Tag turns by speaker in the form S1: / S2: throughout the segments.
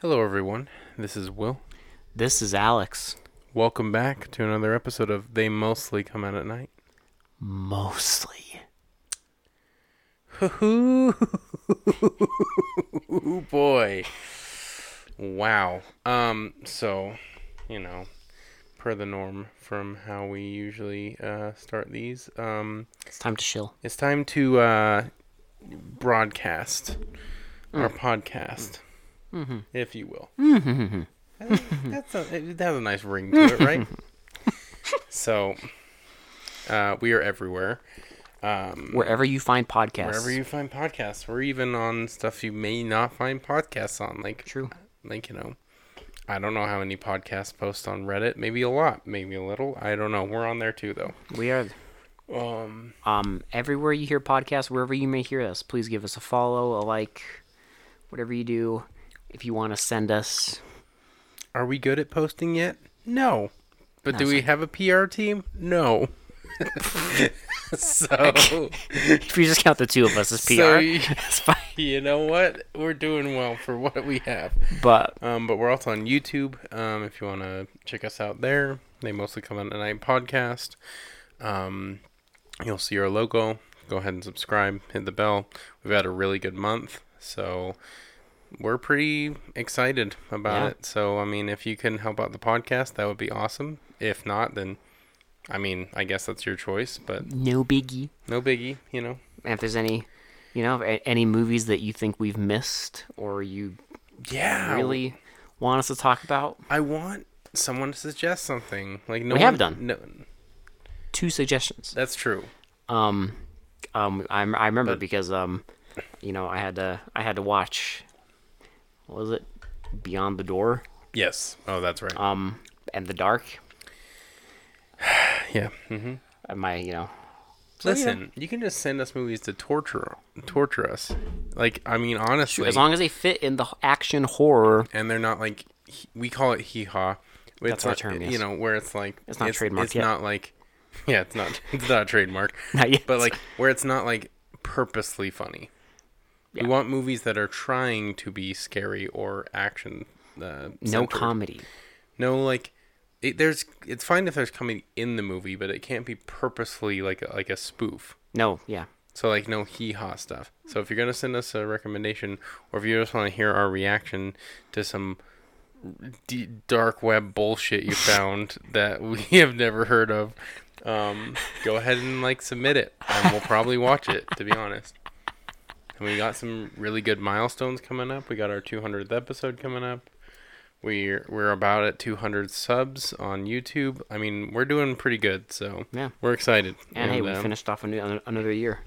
S1: Hello, everyone. This is Will.
S2: This is Alex.
S1: Welcome back to another episode of They Mostly Come Out at Night.
S2: Mostly.
S1: Ooh, boy. Wow. Um, so, you know, per the norm from how we usually uh, start these, um,
S2: It's time to chill.
S1: it's time to uh, broadcast our podcast, if you will. Uh, That's a, it has a nice ring to it, right? so, uh, we are everywhere. Um,
S2: Wherever you find podcasts.
S1: Wherever you find podcasts, we're even on stuff you may not find podcasts on, like
S2: True.
S1: like you know, I don't know how many podcasts post on Reddit. Maybe a lot, maybe a little. I don't know. We're on there too, though.
S2: We are
S1: Um,
S2: um everywhere you hear podcasts, wherever you may hear us, please give us a follow, a like, whatever you do. If you want to send us
S1: are we good at posting yet? No. But do
S2: No,
S1: we have a PR team? No. so
S2: if you just count the two of us as PR,
S1: So you-
S2: it's fine.
S1: you know what? We're doing well for what we have.
S2: But
S1: Um, but we're also on YouTube. Um, if you want to check us out there, they mostly come on a night podcast. Um, you'll see our logo. Go ahead and subscribe. Hit the bell. We've had a really good month, so we're pretty excited about
S2: Yeah.
S1: it. So I mean, if you can help out the podcast, that would be awesome. If not, then I mean, I guess that's your choice, but
S2: no biggie.
S1: no biggie. You know,
S2: And if there's any you know, a- any movies that you think we've missed or you
S1: yeah,
S2: really want us to talk about,
S1: I want someone to suggest something. Like no,
S2: We have
S1: one-
S2: done.
S1: No,
S2: two suggestions.
S1: that's true.
S2: um um I, I remember because um you know I had to I had to watch what was it Beyond the Door
S1: Yes. Oh, that's right.
S2: um and the Dark
S1: Yeah. hmm
S2: and my you know yeah.
S1: Listen, you can just send us movies to torture torture us. Like, I mean, honestly,
S2: as long as they fit in the h- action horror
S1: and they're not like he- we call it hee haw. That's
S2: our
S1: not,
S2: term,
S1: You
S2: yes.
S1: know, where it's like
S2: It's not trademarked
S1: It's
S2: yet.
S1: not like yeah, it's not it's not a trademark.
S2: Not yet.
S1: But like where it's not like purposely funny.
S2: Yeah.
S1: We want movies that are trying to be scary or action. Uh,
S2: no
S1: centered.
S2: comedy
S1: No, like it, there's. It's fine if there's comedy in the movie, but it can't be purposely like a, like a spoof.
S2: no yeah
S1: So like no hee haw stuff. So if you're gonna send us a recommendation, or if you just want to hear our reaction to some d- dark web bullshit you found that we have never heard of, um, go ahead and like submit it, and we'll probably watch it. To be honest, and we got some really good milestones coming up. We got our 200th episode coming up. We're we're about at 200 subs on YouTube. I mean, we're doing pretty good. So
S2: Yeah.
S1: we're excited.
S2: and, uh, hey we
S1: um,
S2: finished off a new, another year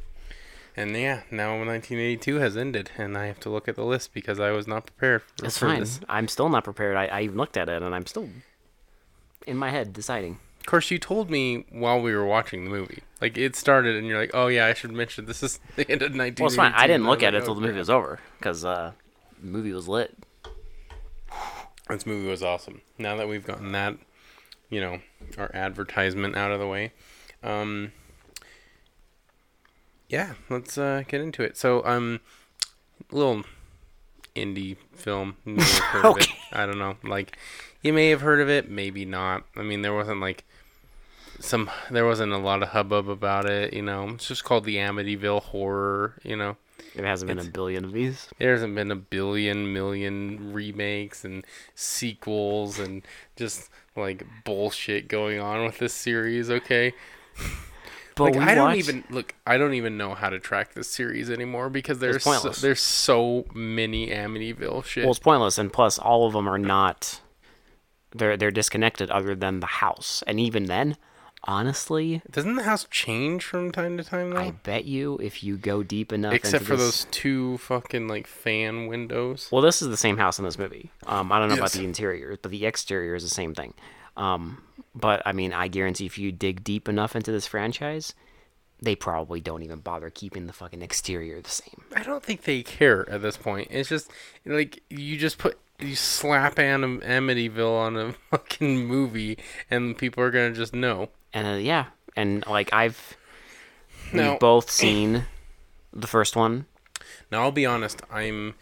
S1: and yeah, now 1982 has ended, and I have to look at the list because I was not prepared for,
S2: that's
S1: for
S2: fine
S1: this.
S2: I'm still not prepared I, I even looked at it and I'm still in my head deciding
S1: Of course, you told me while we were watching the movie. Like, it started, and you're like, oh, yeah, I should mention this is the end of 1982.
S2: well it's fine I didn't
S1: And
S2: look
S1: was
S2: at it
S1: like,
S2: until
S1: "Oh,
S2: the movie was over because uh the movie was lit
S1: crap." This movie was awesome. Now that we've gotten that, you know, our advertisement out of the way. Um, yeah, let's uh, get into it. So, um, little indie film. You may have heard of
S2: Okay.
S1: it. I don't know. Like, you may have heard of it, maybe not. I mean, there wasn't like some. There wasn't a lot of hubbub about it. You know, it's just called the Amityville Horror. You know,
S2: there hasn't been a billion of these
S1: there hasn't been a billion million remakes and sequels and just like bullshit going on with this series. Okay,
S2: but
S1: like
S2: we
S1: I don't
S2: watched-
S1: even look. I don't even know how to track this series anymore because there's
S2: It's
S1: so,
S2: pointless.
S1: there's so many Amityville shit.
S2: Well, it's pointless, and plus, all of them are not. They're they're disconnected, other than the house, and even then, honestly,
S1: Doesn't the house change from time to time though?
S2: I bet you if you go deep enough,
S1: Except
S2: into
S1: for
S2: this-
S1: those two fucking like fan windows.
S2: Well, this is the same house in this movie. Um, I don't know about
S1: Yes.
S2: the interior, but the exterior is the same thing. Um, but I mean, I guarantee if you dig deep enough into this franchise, they probably don't even bother keeping the fucking exterior the same.
S1: I don't think they care at this point. It's just like you just put you slap Anim- Amityville on a fucking movie, and people are gonna just know.
S2: And uh, yeah, and like I've
S1: Now-
S2: we've both seen the first one.
S1: Now I'll be honest. I'm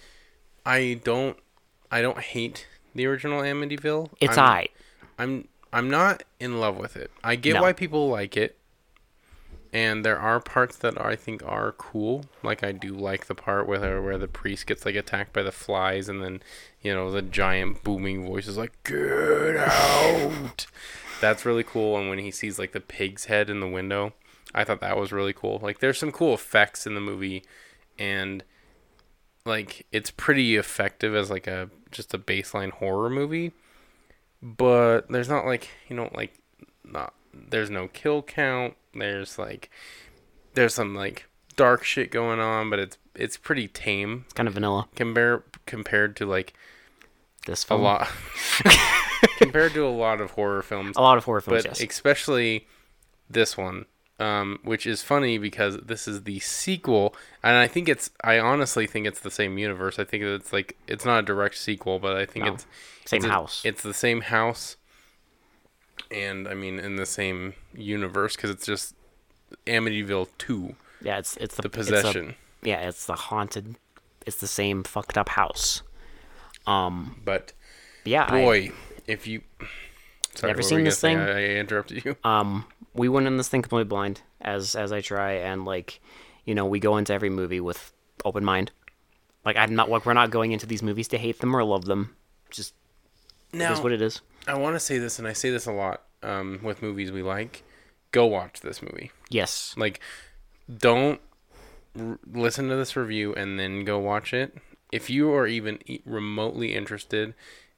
S1: I don't I don't hate the original Amityville.
S2: It's
S1: I'm,
S2: alright.
S1: I'm I'm not in love with it. I get
S2: No.
S1: why people like it, and there are parts that I think are cool. Like I do like the part where where the priest gets like attacked by the flies, and then you know the giant booming voice is like "Get out." That's really cool. And when he sees like the pig's head in the window, I thought that was really cool. Like there's some cool effects in the movie, and like it's pretty effective as like a just a baseline horror movie but there's not like you know like not there's no kill count there's like there's some like dark shit going on but it's it's pretty tame
S2: It's kind of vanilla.
S1: compare compared to like
S2: This
S1: a
S2: film.
S1: lot compared to a lot of horror films
S2: a lot of horror films.
S1: but
S2: Oh, Yes.
S1: especially this one um, which is funny because this is the sequel and i think it's i honestly think it's the same universe i think it's like it's not a direct sequel but i think
S2: No.
S1: it's
S2: Same
S1: it's a-
S2: house.
S1: it's the same house, and I mean in the same universe because it's just Amityville Two,
S2: yeah, it's it's the,
S1: the
S2: it's a-
S1: possession.
S2: yeah, it's the haunted. It's the same fucked up house. Um.
S1: But
S2: Yeah. I-
S1: boy, if you sorry, what
S2: Never
S1: were
S2: seen
S1: you
S2: this
S1: gonna
S2: thing?
S1: say? I, I interrupted you.
S2: um we went in this thing completely blind as as i try and like you know we go into every movie with open mind like i'm not like we're not going into these movies to hate them or love them just it is
S1: now
S2: what it is
S1: I want to say this, and I say this a lot um, with movies we like. Go watch this movie.
S2: yes
S1: Like, don't r- listen to this review and then go watch it. If you are even e- remotely interested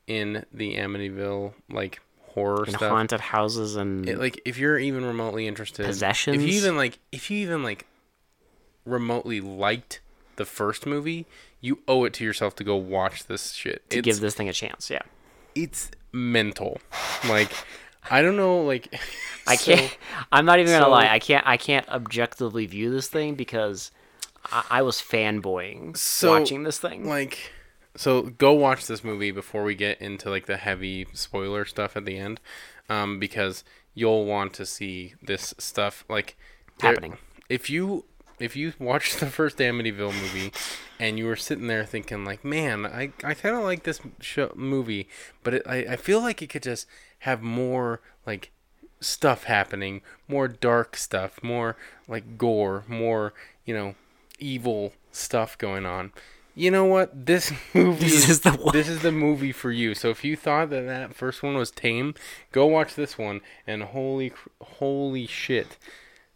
S1: in the Amityville like horror
S2: and
S1: stuff,
S2: haunted houses and
S1: it- like if you're even remotely interested, If
S2: Possessions?
S1: you even like, if you even like, remotely liked the first movie, you owe it to yourself to go watch this shit.
S2: to
S1: it's
S2: give this thing a chance yeah
S1: it's mental. Like, I don't know. Like,
S2: i
S1: so-
S2: can't i'm not even gonna
S1: so-
S2: lie i can't i can't objectively view this thing because i, I was fanboying
S1: So,
S2: watching this thing
S1: like so go watch this movie before we get into like the heavy spoiler stuff at the end um, because you'll want to see this stuff like there-
S2: Happening.
S1: if you if you watch the first amityville movie and you were sitting there thinking like man i, I kind of like this show, movie but it, I, I feel like it could just have more like stuff happening more dark stuff more like gore more you know evil stuff going on you know what this movie
S2: This is the one.
S1: this is the movie for you so if you thought that that first one was tame go watch this one and holy cr- holy shit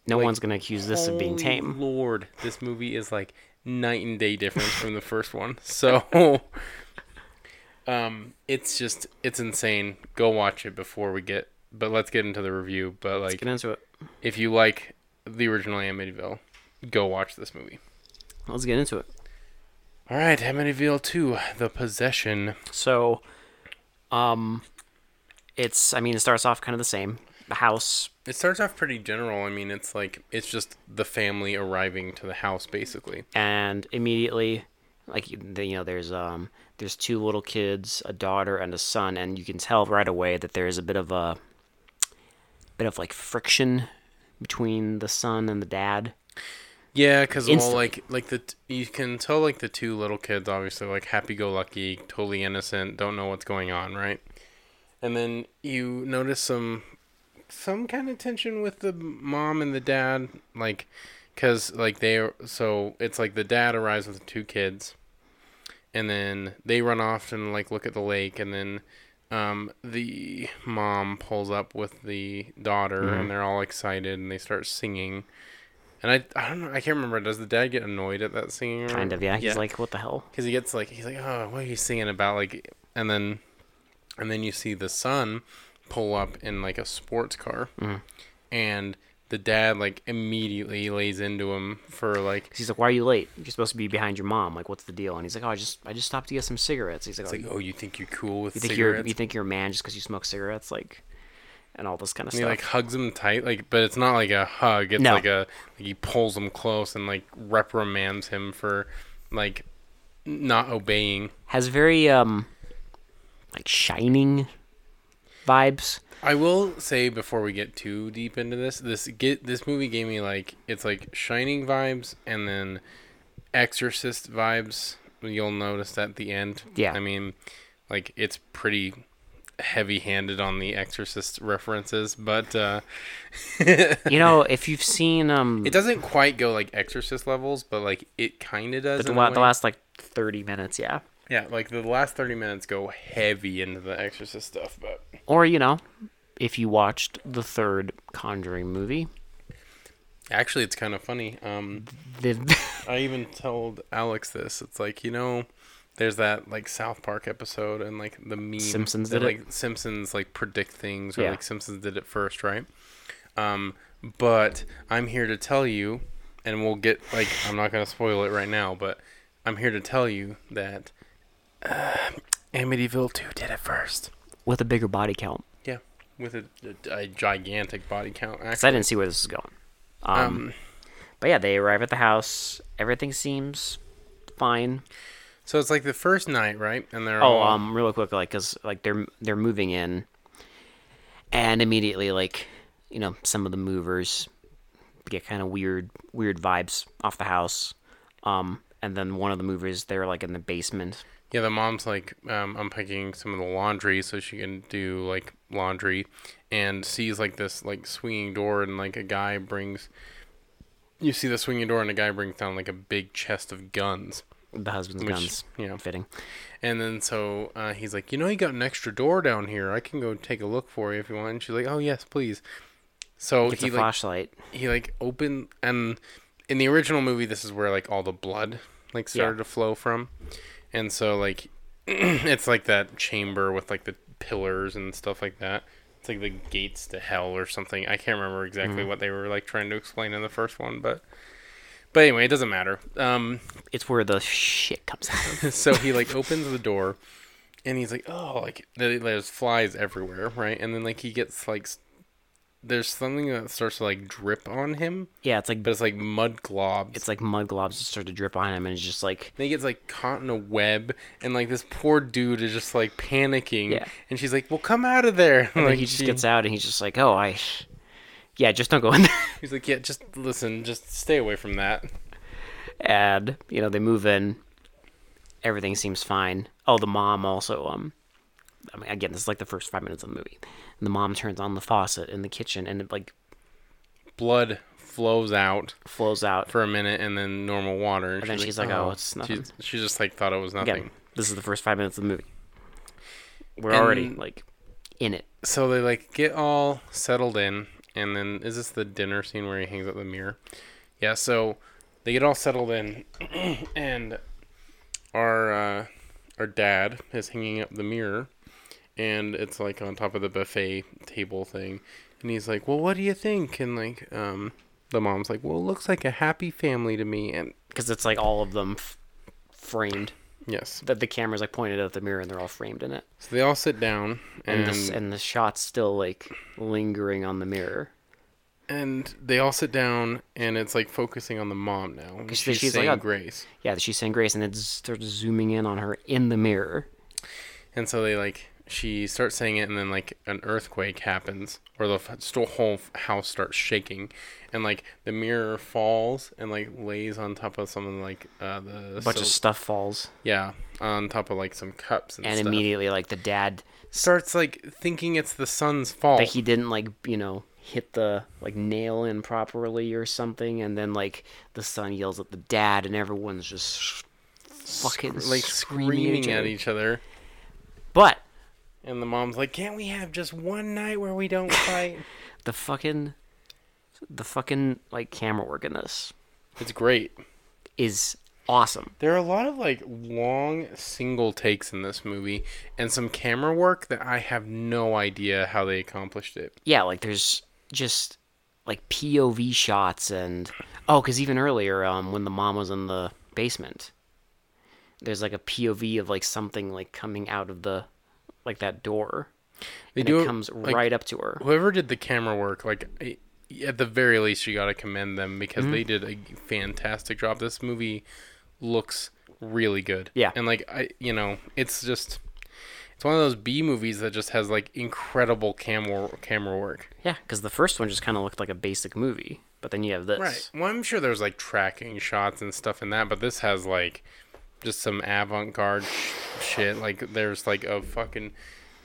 S2: no one's gonna accuse this of being
S1: Holy
S2: tame
S1: Lord, this movie is like night and day difference from the first one. So, um, it's just it's insane. Go watch it before we get. But let's get into the review. But like,
S2: get into it
S1: if you like the original Amityville, go watch this movie.
S2: let's get into it
S1: All right, Amityville Two: The Possession.
S2: So, um, it's I mean it starts off kind of the same. The house,
S1: It starts off pretty general. I mean, it's like it's just the family arriving to the house, basically.
S2: and immediately, like you the- you know, there's um there's two little kids, a daughter and a son, and you can tell right away that there is a bit of a bit of like friction between the son and the dad.
S1: Yeah, because well,
S2: Instantly.
S1: like like the t- you can tell like the two little kids obviously like happy go lucky, totally innocent, don't know what's going on, right? And then you notice some some kind of tension with the mom and the dad, like because like they so it's like the dad arrives with the two kids, and then they run off and like look at the lake, and then um, the mom pulls up with the daughter, and they're all excited and they start singing. And I, I don't know. I can't remember. Does the dad get annoyed at that singing?
S2: Kind of, yeah. He's like, what the hell?
S1: because he gets like he's like, oh, what are you singing about? Like, and then, and then you see the son pull up in like a sports car,
S2: Mm-hmm.
S1: and the dad like immediately lays into him for like,
S2: 'Cause He's like, why are you late? You're supposed to be behind your mom. Like, what's the deal? And he's like, oh, I just I just stopped to get some cigarettes. He's like,
S1: it's
S2: "Oh,
S1: like, oh, you think you're cool with
S2: you think
S1: cigarettes?
S2: you're you think you're a man just because you smoke cigarettes, like, and all this kind of
S1: And
S2: stuff.
S1: he like hugs him tight, like, but it's not like a hug. It's
S2: No.
S1: like a like he pulls him close and like reprimands him for like not obeying.
S2: has very um like shining vibes.
S1: I will say before we get too deep into this, this get this movie gave me like it's like Shining vibes and then Exorcist vibes. You'll notice at the end.
S2: Yeah.
S1: I mean, like it's pretty heavy-handed on the Exorcist references, but uh,
S2: You know, if you've seen um
S1: it doesn't quite go like Exorcist levels, but like it kind of does.
S2: the,
S1: in a
S2: la- the
S1: way.
S2: last like 30 minutes, yeah.
S1: yeah, like the last thirty minutes go heavy into the Exorcist stuff, but
S2: Or, you know, if you watched the third Conjuring movie,
S1: actually, it's kind of funny. Um,
S2: the
S1: I even told Alex this. It's like you know, there's that like South Park episode and like the meme
S2: Simpsons
S1: that,
S2: did
S1: like
S2: it?
S1: Simpsons like predict things or
S2: Yeah.
S1: like Simpsons did it first, right? Um, but I'm here to tell you, and we'll get like I'm not gonna spoil it right now, but I'm here to tell you that uh, Amityville Two did it first.
S2: with a bigger body count.
S1: Yeah, with a, a, a gigantic body count.
S2: Because I didn't see where this is going. Um,
S1: Um,
S2: but yeah, they arrive at the house. Everything seems fine.
S1: so it's like the first night, right? And they're
S2: Oh,
S1: all,
S2: um, real quick, like, cause like they're they're moving in, and immediately like, you know, some of the movers get kind of weird weird vibes off the house. Um, and then one of the movers they're like in the basement.
S1: Yeah, the mom's like, um, I'm picking some of the laundry so she can do like laundry, and sees like this like swinging door and like a guy brings. You see the swinging door and a guy brings down like a big chest of guns,
S2: The husband's
S1: Which,
S2: guns,
S1: yeah.
S2: fitting.
S1: and then so uh, he's like, you know, you got an extra door down here. I can go take a look for you if you want. And she's like, oh yes, please. So
S2: It's
S1: he
S2: a
S1: like
S2: flashlight.
S1: he like opened and in the original movie this is where like all the blood like started to flow from and so like it's like that chamber with like the pillars and stuff like that it's like the gates to hell or something i can't remember exactly what they were like trying to explain in the first one but but anyway it doesn't matter um
S2: It's where the shit comes out. of.
S1: so he like opens the door and he's like oh like there- there's flies everywhere right and then like he gets like s- there's something that starts to like drip on him
S2: yeah, it's like
S1: but it's like mud globs.
S2: it's like mud globs just start to drip on him, and it's just like
S1: and he gets like caught in a web, and like this poor dude is just like panicking.
S2: Yeah.
S1: And she's like, "Well, come out of there!"
S2: then
S1: like
S2: he just
S1: she-
S2: gets out, and he's just like, oh, I, yeah, just don't go in there.
S1: He's like, "Yeah, just listen, just stay away from that."
S2: and you know they move in everything seems fine oh the mom also um i mean again this is like the first five minutes of the movie the mom turns on the faucet in the kitchen and it like
S1: Blood flows out
S2: flows out
S1: for a minute, and then normal water. And,
S2: then she's like, "Oh, it's nothing."
S1: She's, she just like thought it was nothing.
S2: again this is the first five minutes of the movie we're
S1: And-
S2: already like in it
S1: So they like get all settled in, and then is this the dinner scene where he hangs up the mirror? Yeah. So they get all settled in, and our uh, our dad is hanging up the mirror, and it's like on top of the buffet table thing, and he's like, "Well, what do you think?" And like, um, the mom's like, "Well, it looks like a happy family to me," and
S2: because it's like all of them f- framed
S1: yes,
S2: that the camera's like pointed at the mirror and they're all framed in it
S1: so they all sit down,
S2: and,
S1: and
S2: the s and the shot's still like lingering on the mirror
S1: and they all sit down, and it's like focusing on the mom now. and
S2: she's like,
S1: saying
S2: "Oh,
S1: grace.
S2: yeah she's saying grace and it starts zooming in on her in the mirror
S1: And so they like she starts saying it, and then like an earthquake happens, or the f- sto- whole f- house starts shaking, and like the mirror falls and like lays on top of some of like uh, the
S2: bunch
S1: sil-
S2: of stuff falls
S1: yeah on top of like some cups and,
S2: and
S1: stuff.
S2: immediately like the dad
S1: starts like thinking it's the sun's fault.
S2: like he didn't like you know hit the like nail in properly or something and then like the son yells at the dad and everyone's just fucking
S1: like screaming at each other,
S2: but
S1: and the mom's like, "Can't we have just one night where we don't fight?"
S2: the fucking the fucking like camera work in this
S1: it's great.
S2: is awesome
S1: There are a lot of like long single takes in this movie and some camera work that I have no idea how they accomplished it.
S2: yeah like there's just like pov shots and oh because even earlier um when the mom was in the basement there's like a pov of like something like coming out of the like that door
S1: They
S2: and
S1: do
S2: it comes
S1: like,
S2: right up to her
S1: Whoever did the camera work, like I- at the very least, you got to commend them because they did a fantastic job. This movie looks really good.
S2: Yeah.
S1: and like I, you know, it's just it's one of those B movies that just has like incredible camera camera work.
S2: yeah because the first one just kind of looked like a basic movie but then you have this
S1: Right. Well, I'm sure there's like tracking shots and stuff in that, but this has like just some avant-garde sh- shit. Like there's like a fucking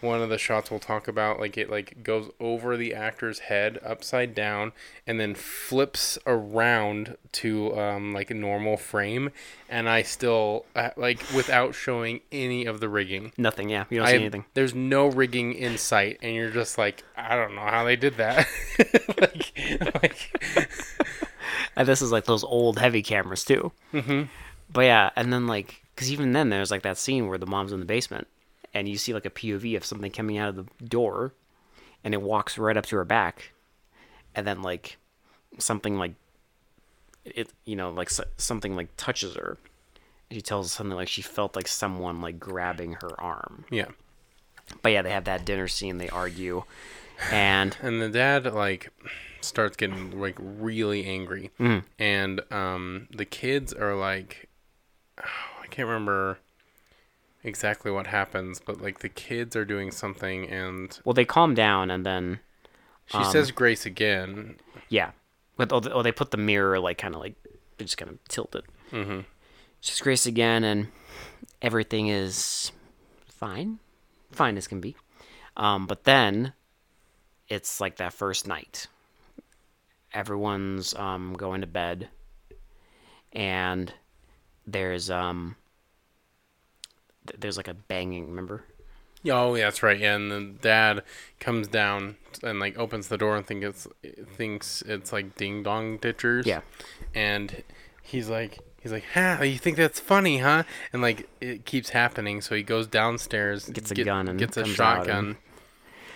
S1: one of the shots we'll talk about. Like it like goes over the actor's head upside down and then flips around to um like a normal frame. And I still uh, like without showing any of the rigging.
S2: Nothing. Yeah, you don't
S1: I,
S2: see anything.
S1: There's no rigging in sight, and you're just like, I don't know how they did that. like, like,
S2: And this is like those old heavy cameras too. Mm-hmm. But yeah, and then like, because even then there's like that scene where the mom's in the basement, and you see like a POV of something coming out of the door, and it walks right up to her back, and then like something like it, you know, like so- something like touches her. And she tells us something like she felt like someone like grabbing her arm.
S1: yeah.
S2: But yeah, they have that dinner scene. They argue, and
S1: and the dad like starts getting like really angry and um the kids are like i can't remember exactly what happens but like the kids are doing something and
S2: well, they calm down, and then
S1: she says grace again
S2: Yeah. With oh, the, oh, they put the mirror like kind of like they just kind of tilt it. Mm-hmm. She's Grace again, and everything is fine, fine as can be. Um, but then it's like that first night. Everyone's um, going to bed, and there's um, th- there's like a banging. Remember?
S1: Yeah, oh yeah, that's right yeah and the dad comes down and like opens the door and think it's thinks it's like ding dong ditchers
S2: Yeah.
S1: and he's like he's like ha you think that's funny huh and like it keeps happening so he goes downstairs
S2: Gets a gun and
S1: gets a
S2: comes out and
S1: shotgun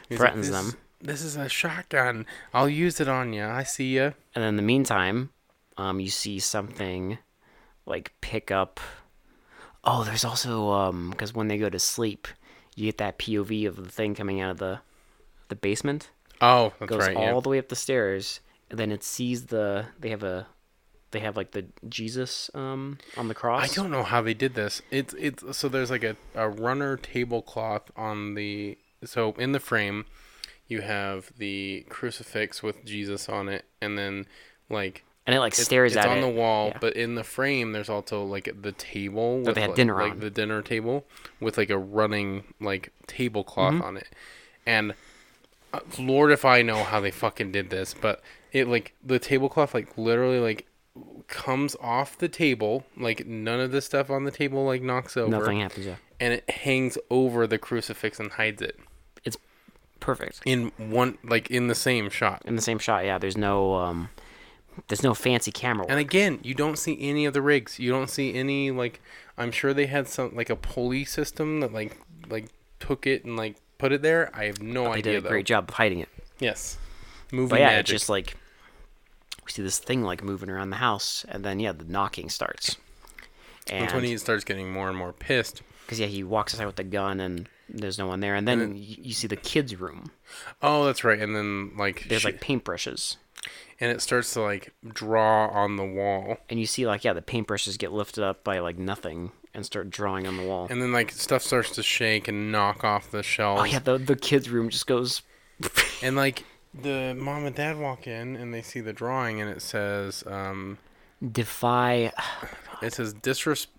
S1: He's
S2: threatens
S1: "This-
S2: them."
S1: this is a shotgun i'll use it on you i see you
S2: And in the meantime, um, you see something like pick up. Oh, there's also um, because when they go to sleep, you get that POV of the thing coming out of the the basement.
S1: oh that's
S2: Goes
S1: right
S2: all
S1: yeah.
S2: the way up the stairs, and then it sees the they have a they have like the Jesus um on the cross.
S1: i don't know how they did this it's it's so there's like a, a runner tablecloth on the so in the frame you have the crucifix with jesus on it and then like
S2: and it like stares
S1: it's
S2: at
S1: on
S2: it.
S1: the wall,
S2: Yeah. Oh,
S1: but in the frame there's also like the table with
S2: they had
S1: like,
S2: dinner
S1: like,
S2: on.
S1: the dinner table with like a running like tablecloth
S2: Mm-hmm.
S1: on it, and uh, Lord if I know how they fucking did this, but it like the tablecloth like literally like comes off the table like none of the stuff on the table like knocks over
S2: Nothing happens. Yeah,
S1: and it hangs over the crucifix and hides it
S2: it's perfect
S1: in one like in the same shot
S2: in the same shot. Yeah, there's no um, there's no fancy camera. work.
S1: And again, you don't see any of the rigs. You don't see any like I'm sure they had some like a pulley system that like like took it and like put it there. I have no
S2: they
S1: idea
S2: did a
S1: though.
S2: great job of hiding it.
S1: Yes. Movie
S2: But yeah,
S1: magic.
S2: it's just like we see this thing like moving around the house, and then yeah, the knocking starts.
S1: That's when
S2: And
S1: he starts getting more and more pissed.
S2: because yeah, he walks outside with the gun, and there's no one there, and then, y you see the kids' room.
S1: Oh, that's right. And then like,
S2: There's
S1: sh-
S2: like paintbrushes,
S1: and it starts to like draw on the wall.
S2: and you see like yeah, the paintbrushes get lifted up by like nothing and start drawing on the wall.
S1: And then like stuff starts to shake and knock off the shelves.
S2: oh yeah, the the kids' room just goes.
S1: And like the mom and dad walk in and they see the drawing and it says um
S2: Defy,
S1: it says disrespect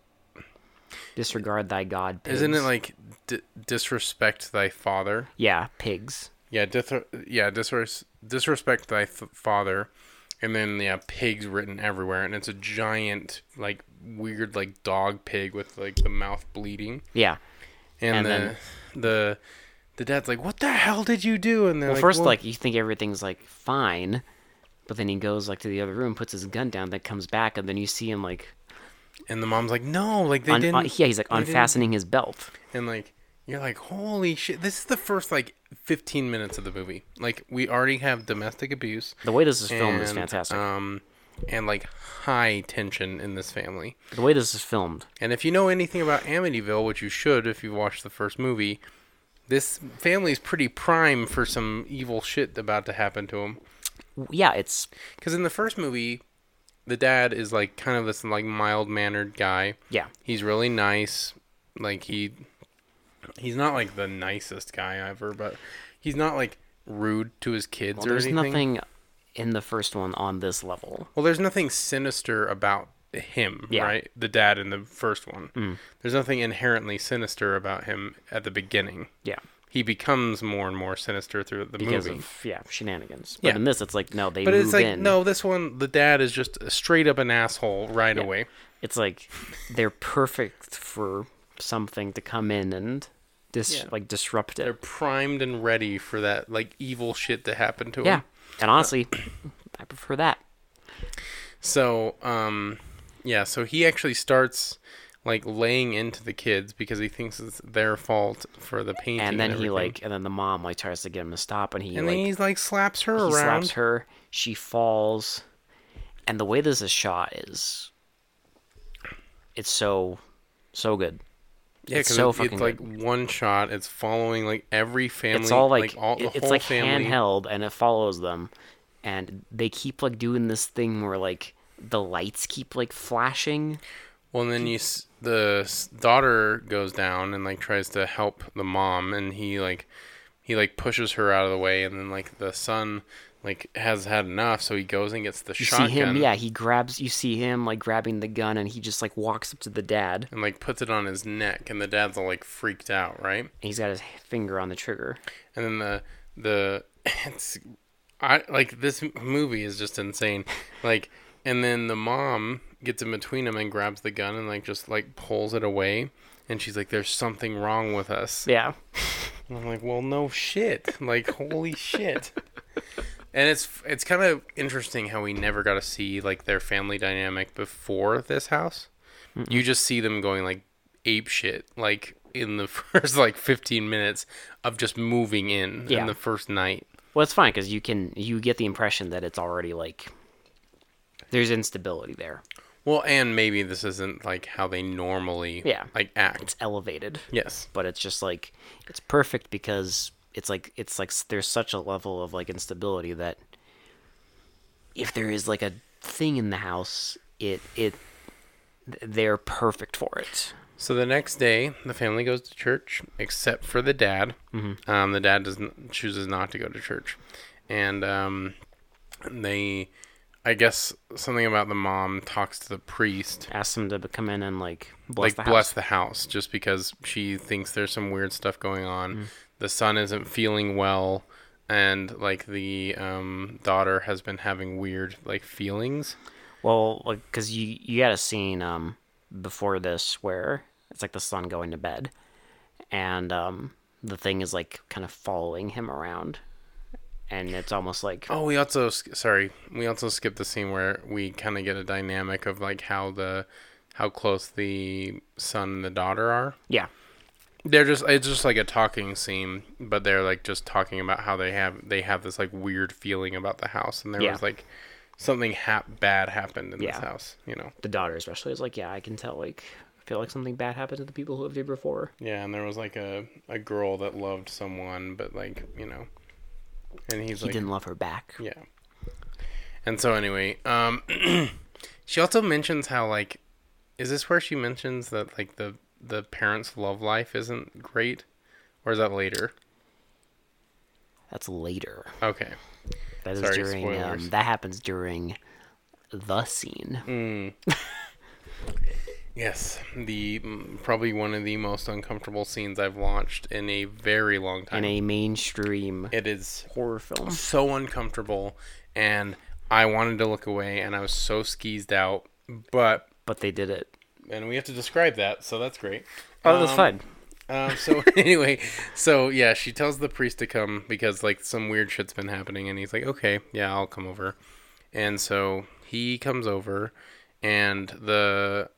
S2: disregard thy god. Pigs.
S1: Isn't it like d- disrespect thy father?
S2: yeah, pigs?
S1: Yeah, dis- yeah, disres- disrespect thy f- father, and then yeah, pigs written everywhere, and it's a giant like weird like dog pig with like the mouth bleeding,
S2: Yeah.
S1: and,
S2: And
S1: the,
S2: then-
S1: the the dad's like, "What the hell did you do?" And they're
S2: Well,
S1: like,
S2: first, like you think everything's like fine, but then he goes like to the other room, puts his gun down, then comes back, and then you see him like,
S1: and the mom's like, "No, like they
S2: un-
S1: didn't."
S2: uh, yeah, he's like
S1: they didn't-
S2: unfastening his belt.
S1: and like you're like holy shit this is the first like 15 minutes of the movie like we already have domestic abuse
S2: The way this is filmed is
S1: and,
S2: fantastic.
S1: Um, and like high tension in this family.
S2: the way this is filmed,
S1: And if you know anything about Amityville, which you should if you watched the first movie, this family is pretty prime for some evil shit about to happen to them.
S2: w- yeah, it's
S1: Because in the first movie, the dad is like kind of this like mild mannered guy.
S2: yeah,
S1: He's really nice. Like he, he's not like the nicest guy ever, but he's not like rude to his kids or
S2: there's
S1: anything.
S2: nothing in the first one on this level.
S1: Well, there's nothing sinister about him,
S2: Yeah. Mm.
S1: right? The dad in the first one. There's nothing inherently sinister about him at the beginning.
S2: Yeah.
S1: He becomes more and more sinister throughout the
S2: Because
S1: movie.
S2: of yeah, shenanigans. But
S1: Yeah.
S2: in this it's like no, they
S1: but
S2: move
S1: it's like
S2: in.
S1: no, this one the dad is just straight up an asshole right away.
S2: It's like they're perfect for something to come in and dis
S1: Yeah.
S2: like disrupt
S1: They're
S2: it.
S1: primed and ready for that like evil shit to happen to him.
S2: Yeah. And honestly, I prefer that.
S1: So, um, yeah, so he actually starts like laying into the kids because he thinks it's their fault for the painting.
S2: And then he
S1: everything.
S2: like and then the mom like tries to get him to stop and he
S1: and
S2: like
S1: then he's like slaps her
S2: he
S1: around.
S2: slaps her, she falls. And the way this is shot is it's so so good.
S1: Yeah,
S2: It's
S1: 'cause
S2: so
S1: it-
S2: fucking
S1: it's like one shot. It's following like every family.
S2: it's all like,
S1: all the
S2: it- it's
S1: whole
S2: like
S1: family.
S2: handheld and it follows them and they keep like doing this thing where like the lights keep like flashing
S1: Well, and then you s- the s- daughter goes down and like tries to help the mom, and he like he like pushes her out of the way, and then like the son like has had enough, so he goes and gets the
S2: you
S1: shotgun.
S2: see him yeah he grabs you see him like grabbing the gun and he just like walks up to the dad and
S1: and like puts it on his neck and the dad's all like freaked out right
S2: he's got his finger on the trigger
S1: and then the the it's i like this m- movie is just insane like and then the mom gets in between them and grabs the gun and like just like pulls it away and she's like there's something wrong with us
S2: yeah
S1: and i'm like well no shit like holy shit and it's it's kind of interesting how we never got to see like their family dynamic before this house you just see them going like ape shit like in the first like 15 minutes of just moving in
S2: Yeah.
S1: in the first night
S2: well it's fine because you can you get the impression that it's already like there's instability there
S1: well and maybe this isn't like how they normally
S2: Yeah.
S1: like act
S2: it's elevated
S1: yes
S2: but it's just like it's perfect because it's like it's like s- there's such a level of like instability that if there is like a thing in the house it it th- they're perfect for it
S1: so the next day the family goes to church except for the dad
S2: Mm-hmm.
S1: um, the dad doesn't chooses not to go to church and um, they i guess something about the mom talks to the priest
S2: ask them to come in and like bless
S1: like
S2: the
S1: bless
S2: house
S1: the house just because she thinks there's some weird stuff going on.
S2: Mm.
S1: The son isn't feeling well, and like the um, daughter has been having weird like feelings.
S2: well like because you you got a scene um before this where it's like the son going to bed and um the thing is like kind of following him around and it's almost like
S1: Oh, we also sk- sorry, we also skipped the scene where we kind of get a dynamic of like how the how close the son and the daughter are.
S2: yeah
S1: They're just it's just like a talking scene, but they're like just talking about how they have they have this like weird feeling about the house, and there
S2: Yeah.
S1: was like something hap- bad happened in this
S2: Yeah.
S1: house, you know.
S2: the daughter especially is like, yeah, I can tell. Like, I feel like something bad happened to the people who lived here before.
S1: Yeah, and there was like a, a girl that loved someone, but like you know, and he's
S2: He
S1: like,
S2: didn't love her back.
S1: yeah. And so anyway, um, she also mentions how like, is this where she mentions that like the the parents' love life isn't great, or is that later?
S2: That's later.
S1: Okay,
S2: That is
S1: Sorry,
S2: during. Um,
S1: spoilers.
S2: that happens during the scene.
S1: yes, the mm, probably one of the most uncomfortable scenes I've watched in a very long
S2: in
S1: time.
S2: a mainstream
S1: it is
S2: horror film.
S1: so uncomfortable and I wanted to look away and I was so skeezed out. But
S2: But they did it.
S1: and we have to describe that, so that's great.
S2: Oh, that's fun.
S1: Um, so anyway, so yeah, she tells the priest to come because like some weird shit's been happening, and he's like, okay, yeah, I'll come over. And so he comes over, and the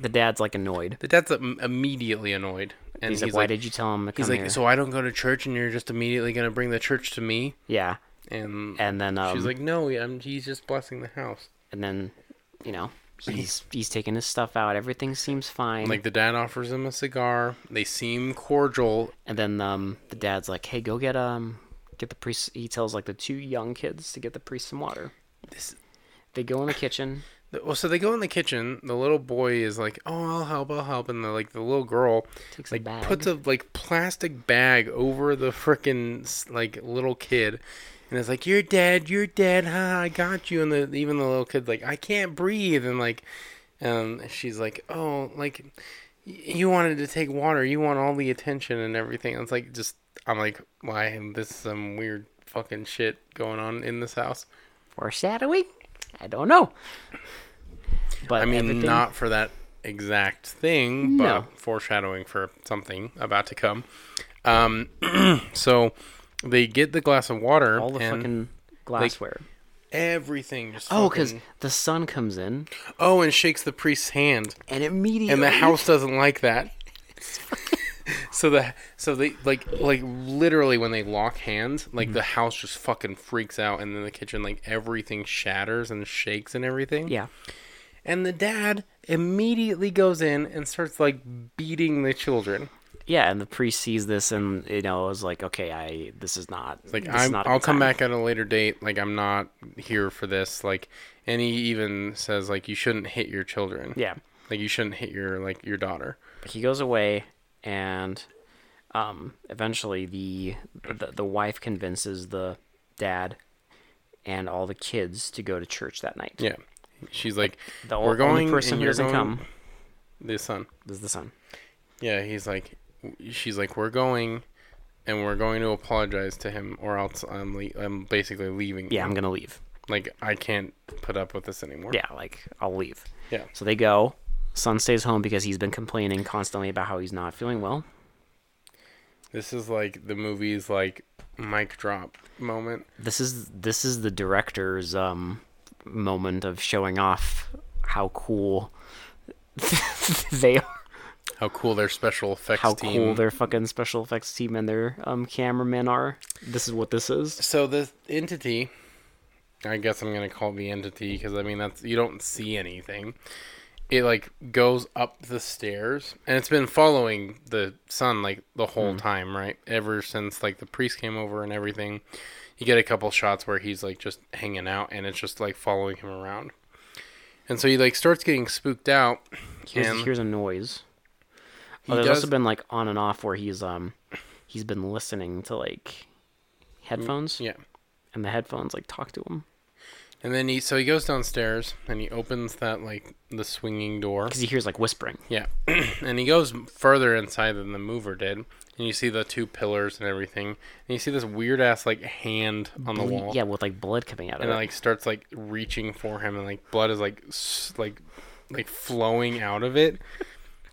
S2: The dad's like annoyed.
S1: the dad's um, immediately annoyed, and
S2: He's, like, why did you tell him to come
S1: he's like,
S2: here?
S1: so I don't go to church, and you're just immediately gonna bring the church to me,
S2: yeah.
S1: and.
S2: And then, um,
S1: She's like, no, I'm, he's just blessing the house.
S2: and then, you know, he's he's taking his stuff out. Everything seems fine.
S1: Like the dad offers him a cigar. They seem cordial.
S2: And then um, the dad's like, "Hey, go get um, get the priest." He tells like the two young kids to get the priest some water.
S1: This-
S2: They go in the kitchen.
S1: The- Well, so they go in the kitchen. The little boy is like, "Oh, I'll help, I'll help," and the like the little girl
S2: Takes a
S1: like
S2: bag.
S1: puts a like plastic bag over the frickin' s like little kid, and it's like, "You're dead, you're dead, ha! I got you." And the even the little kid's like, "I can't breathe," and like, and she's like, "Oh, like y- you wanted to take water, you want all the attention and everything." And it's like just I'm like, "Why and this is some weird fucking shit going on in this house?"
S2: Foreshadowing? I don't know. But
S1: I mean,
S2: everything-
S1: not for that exact thing, but
S2: No.
S1: foreshadowing for something about to come. Um, so they get the glass of water
S2: all the
S1: and
S2: fucking glassware.
S1: everything. Just
S2: oh, because
S1: fucking-
S2: the sun comes in
S1: oh, and shakes the priest's hand.
S2: and immediately
S1: and the house doesn't like that. so the so they like like literally when they lock hands, like
S2: Mm-hmm.
S1: the house just fucking freaks out, and then the kitchen like everything shatters and shakes and everything.
S2: Yeah.
S1: And the dad immediately goes in and starts like beating the children.
S2: Yeah, and the priest sees this and you know is like, okay, I this is not
S1: Like
S2: this is
S1: I'm,
S2: not a
S1: I'll
S2: good
S1: come
S2: time."
S1: back at a later date. Like I'm not here for this. Like, and he even says like you shouldn't hit your children.
S2: Yeah,
S1: Like you shouldn't hit your like your daughter.
S2: he goes away, and um, eventually the, the the wife convinces the dad and all the kids to go to church that night.
S1: Yeah. She's like,
S2: The o-
S1: we're going.
S2: only person
S1: and
S2: who
S1: you're
S2: doesn't
S1: going-
S2: come
S1: The son.
S2: is the son.
S1: Yeah, he's like, she's like, we're going, and we're going to apologize to him, or else I'm le- I'm basically leaving.
S2: Yeah, I'm gonna leave.
S1: Like I can't put up with this anymore.
S2: Yeah, like I'll leave.
S1: Yeah.
S2: So they go. Son stays home because he's been complaining constantly about how he's not feeling well.
S1: This is like the movie's like mic drop moment.
S2: This is this is the director's um moment of showing off how cool they are,
S1: How cool their special effects
S2: how
S1: team.
S2: cool their fucking special effects team and their um cameramen are. This is what this is.
S1: so this entity, I guess I'm gonna call it the entity because I mean that's you don't see anything. It like goes up the stairs, and it's been following the sun like the
S2: Hmm.
S1: whole time, right? Ever since like the priest came over and everything. You get a couple shots where he's like just hanging out, and it's just like following him around. And so he like starts getting spooked out.
S2: Here's
S1: and
S2: here's a noise.
S1: he
S2: Oh, there's
S1: does,
S2: also been like on and off where he's um he's been listening to like headphones
S1: Mm, yeah.
S2: and the headphones like talk to him
S1: And then he so he goes downstairs and he opens that like the swinging door.
S2: because he hears like whispering.
S1: Yeah. and he goes further inside than the mover did. And you see the two pillars and everything. And you see this weird ass like hand on the
S2: Ble-
S1: wall.
S2: Yeah, with like blood coming out of
S1: And
S2: it.
S1: it like starts like reaching for him and like blood is like s- like like flowing out of it.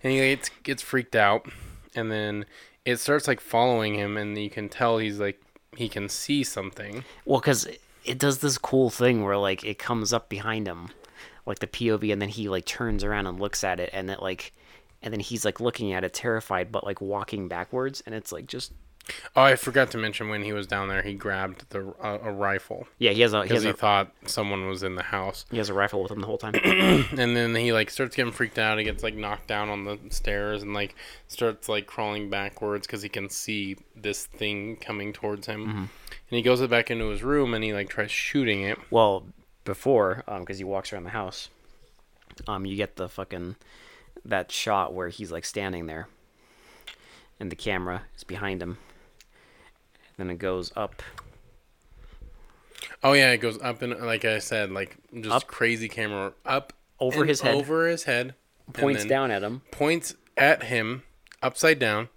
S1: And he gets gets freaked out and then it starts like following him and you can tell he's like he can see something.
S2: Well, because it does this cool thing where like it comes up behind him, like the POV, and then he like turns around and looks at it, and it like, and then he's like looking at it, terrified, but like walking backwards, and it's like just
S1: Oh, I forgot to mention when he was down there, he grabbed the uh, a rifle
S2: yeah, he has a he
S1: because
S2: has
S1: he
S2: a,
S1: thought someone was in the house.
S2: he has a rifle with him the whole time.
S1: and then he like starts getting freaked out. He gets like knocked down on the stairs and like starts like crawling backwards because he can see this thing coming towards him.
S2: Mm-hmm.
S1: And he goes back into his room and he like tries shooting it.
S2: well, before um, because he walks around the house, um, you get the fucking that shot where he's like standing there, and the camera is behind him. Then it goes up.
S1: Oh yeah, it goes up and like I said, like just
S2: Up.
S1: crazy camera up
S2: Over
S1: and
S2: his head.
S1: over his head, and
S2: Points
S1: then
S2: down at him.
S1: points at him upside down,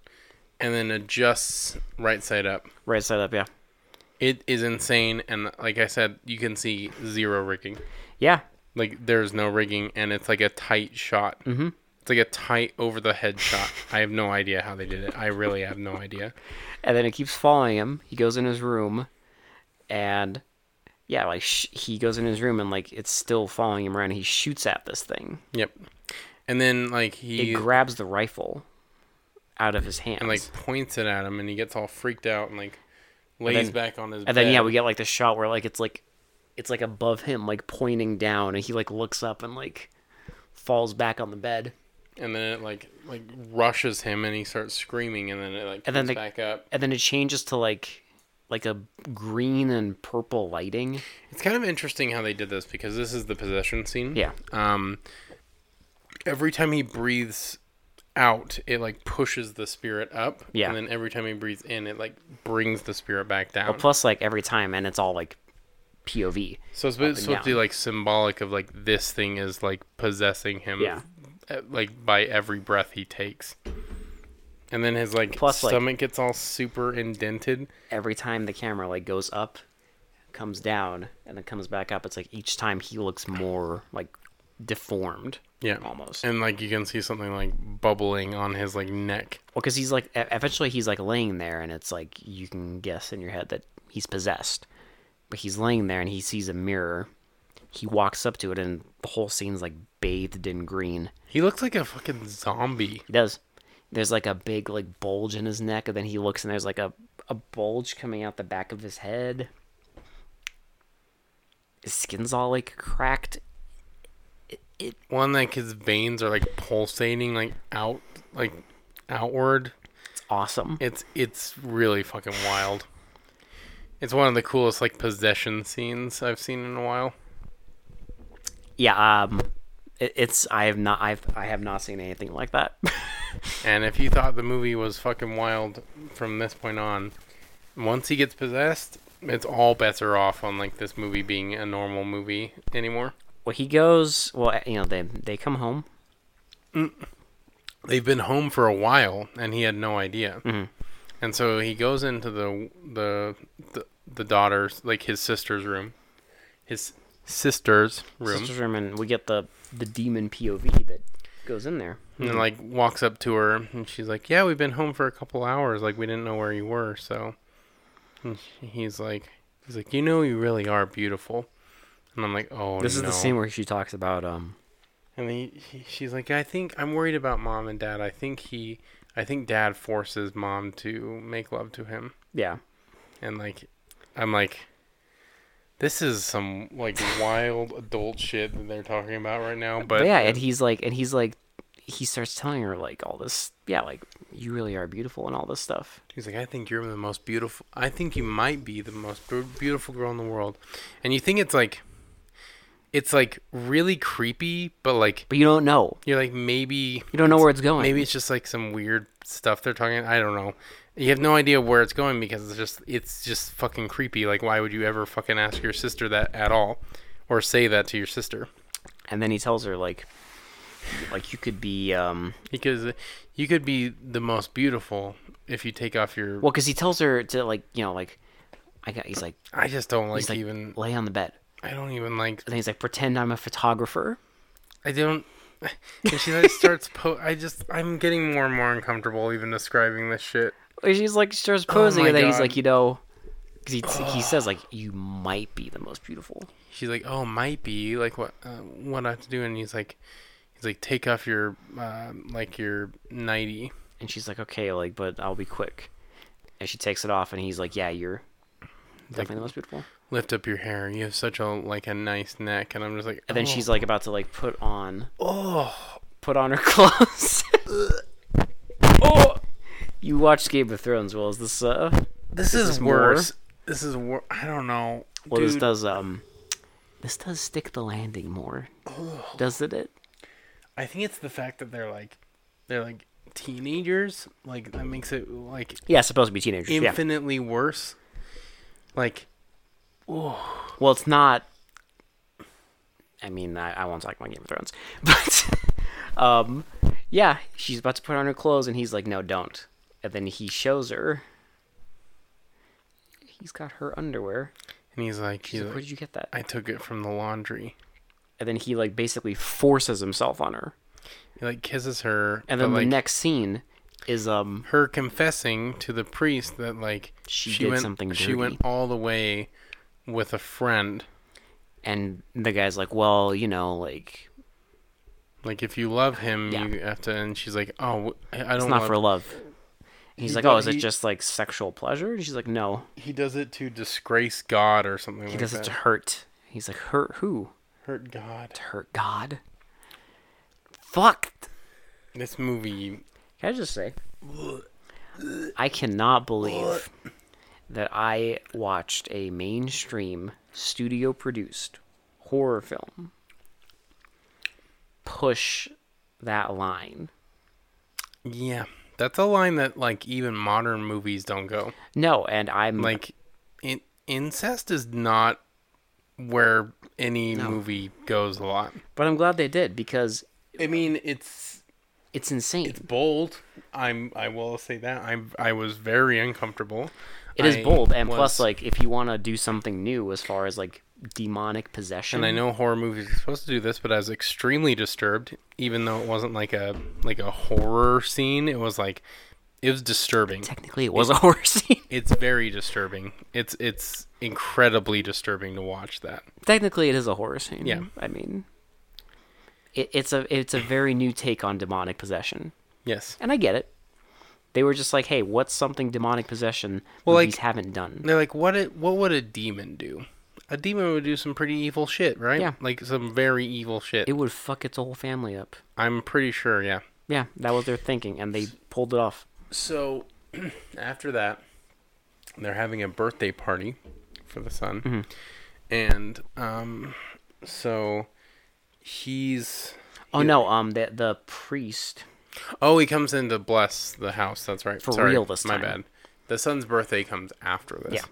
S1: and then adjusts right side up.
S2: Right side up, yeah.
S1: It is insane, and like I said, you can see zero rigging.
S2: Yeah.
S1: like there's no rigging and it's like a tight shot mm-hmm. it's like a tight over the head shot i have no idea how they did it i really have no idea
S2: And then it keeps following him. He goes in his room and yeah, like sh- he goes in his room and like it's still following him around. He shoots at this thing.
S1: yep and then like
S2: It
S1: he
S2: grabs the rifle out of his hands.
S1: and, like points it at him and he gets all freaked out and like lays
S2: then-
S1: back on his
S2: and then yeah, we get like the shot where like it's like it's like above him like pointing down and he like looks up and like falls back on the bed.
S1: and then it like like rushes him and he starts screaming and then it like
S2: And
S1: comes
S2: then the-
S1: back up
S2: And then it changes to like like a green and purple lighting.
S1: it's kind of interesting how they did this because this is the possession scene
S2: Yeah.
S1: um every time he breathes out it like pushes the spirit up
S2: Yeah.
S1: and then every time he breathes in it like brings the spirit back down
S2: Plus, like every time, and it's all like POV.
S1: So it's
S2: and
S1: supposed to be
S2: down.
S1: like symbolic of like this thing is like possessing him,
S2: Yeah.
S1: eh, like by every breath he takes. And then his like
S2: Plus, like-
S1: stomach gets all super indented.
S2: Every time the camera like goes up, comes down, and then comes back up, it's like each time he looks more like deformed.
S1: Yeah,
S2: Almost.
S1: And like you can see something like bubbling on his like neck.
S2: Well, because he's like e- eventually he's like laying there, and it's like you can guess in your head that he's possessed. But he's laying there, and he sees a mirror. He walks up to it, and the whole scene's like bathed in green.
S1: He looks like a fucking zombie.
S2: He does. There's like a big like bulge in his neck, and then he looks, and there's like a a bulge coming out the back of his head. His skin's all like cracked.
S1: One like his veins are like pulsating like out like outward.
S2: It's awesome.
S1: It's it's really fucking wild. It's one of the coolest like possession scenes I've seen in a while.
S2: Yeah. Um. It, it's I have not I've I have not seen anything like that.
S1: And if you thought the movie was fucking wild from this point on, once he gets possessed, it's all bets are off on like this movie being a normal movie anymore.
S2: Well, he goes. Well, you know, they they come home.
S1: They've been home for a while, and he had no idea.
S2: Mm-hmm.
S1: And so he goes into the the the, the daughter's like his sister's room, his sister's room,
S2: Sister's room, and we get the the demon POV that goes in there.
S1: and then, like walks up to her, and she's like, "Yeah, we've been home for a couple hours. Like we didn't know where you were." So, and sh- he's like, "He's like, you know, you really are beautiful." And I'm like, "Oh,
S2: This is
S1: no."
S2: the scene where she talks about um.
S1: And he, he, she's like, I think I'm worried about mom and dad. I think he, I think dad forces mom to make love to him.
S2: Yeah,
S1: And like, I'm like, this is some like wild adult shit that they're talking about right now. But,
S2: but yeah, and he's like, and he's like, he starts telling her like all this. Yeah, like you really are beautiful and all this stuff.
S1: he's like, I think you're the most beautiful. I think you might be the most bu- beautiful girl in the world. And you think it's like, it's like really creepy, but like
S2: But you don't know.
S1: you're like maybe
S2: You don't know where it's going.
S1: Maybe it's just like some weird stuff they're talking. I don't know. You have no idea where it's going because it's just it's just fucking creepy. Like, why would you ever fucking ask your sister that at all, or say that to your sister?
S2: And then he tells her like, like you could be um.
S1: Because you could be the most beautiful if you take off your.
S2: Well, because he tells her to like you know like, I got. He's like,
S1: I just don't like,
S2: he's like
S1: even.
S2: lay on the bed.
S1: I don't even like.
S2: And then he's like, pretend I'm a photographer.
S1: I don't. And she like starts. Po- I just. I'm getting more and more uncomfortable even describing this shit.
S2: Where She's like starts posing,
S1: Oh my
S2: and then he's
S1: God.
S2: like, you know, because he he says like you might be the most beautiful.
S1: she's like, "Oh, might be like what uh, what I have to do," and he's like, he's like, "Take off your uh, like your nighty."
S2: And she's like, okay, like, but I'll be quick. And she takes it off, and he's like, yeah, you're definitely the most beautiful.
S1: Lift up your hair. You have such a like a nice neck, and I'm just like.
S2: And then
S1: "Oh."
S2: she's like about to like put on
S1: "Oh,
S2: put on her clothes.
S1: oh,
S2: you watched Game of Thrones, well as this uh,
S1: this is,
S2: is more?
S1: worse. This is worse. I don't know,
S2: well this
S1: dude.
S2: does um, this does stick the landing more,
S1: Oh.
S2: doesn't it?
S1: I think it's the fact that they're like, they're like teenagers. Like that makes it like
S2: Yeah, it's supposed to be teenagers. yeah.
S1: infinitely worse. Like
S2: Well, it's not. I mean, I, I won't talk about Game of Thrones, but um, yeah, she's about to put on her clothes, and he's like, "No, don't." And then he shows her. He's got her underwear.
S1: and he's like,
S2: He's
S1: he's
S2: like, Where
S1: like
S2: did you get that?
S1: I took it from the laundry.
S2: And then he like basically forces himself on her.
S1: He like kisses her,
S2: And then
S1: but,
S2: the
S1: like,
S2: next scene is um
S1: her confessing to the priest that like
S2: She did
S1: went,
S2: something
S1: she went
S2: dirty.
S1: all the way with a friend
S2: and the guy's like, "Well, you know, like
S1: like if you love him
S2: Yeah.
S1: you have to and she's like oh wh- i I
S2: it's
S1: don't
S2: not
S1: love
S2: for love." And he's
S1: He
S2: like,
S1: got-
S2: "Oh, is it
S1: he-
S2: just like sexual pleasure?" And she's like, "No,
S1: he does it to disgrace god or something
S2: he
S1: like
S2: does
S1: that
S2: it to hurt." He's like, "Hurt who?"
S1: hurt god
S2: hurt God. Fuck.
S1: this movie
S2: Can I just say? I cannot believe that I watched a mainstream studio produced horror film push that line.
S1: yeah that's a line that like even modern movies don't go
S2: No, and I'm like
S1: like in- incest is not where any movie goes a lot.
S2: But I'm glad they did because
S1: I mean, it's
S2: it's insane.
S1: it's bold. I'm I will say that I'm I was very uncomfortable.
S2: It is
S1: I
S2: bold, and
S1: was-
S2: plus, like, if you want to do something new as far as like demonic possession,
S1: and I know horror movies are supposed to do this, but I was extremely disturbed, even though it wasn't like a like a horror scene. It was like it was disturbing.
S2: technically it was a horror scene.
S1: It's very disturbing. It's it's incredibly disturbing to watch that.
S2: technically, it is a horror scene.
S1: Yeah.
S2: I mean, it, it's a it's a very new take on demonic possession,
S1: Yes.
S2: and I get it. They were just like, "Hey, what's something demonic possession
S1: Well, like-
S2: movies haven't done?"
S1: They're like, what? It, what would a demon do? A demon would do some pretty evil shit, right?
S2: Yeah.
S1: Like some very evil shit.
S2: It would fuck its whole family up.
S1: I'm pretty sure. Yeah.
S2: Yeah, that was their thinking, and they pulled it off.
S1: So after that, they're having a birthday party for the son,
S2: Mm-hmm.
S1: and um, so he's
S2: Oh no, um, the the priest.
S1: oh he comes in to bless the house. That's right.
S2: For
S1: Sorry,
S2: real this
S1: My
S2: time.
S1: bad. The son's birthday comes after this.
S2: Yeah.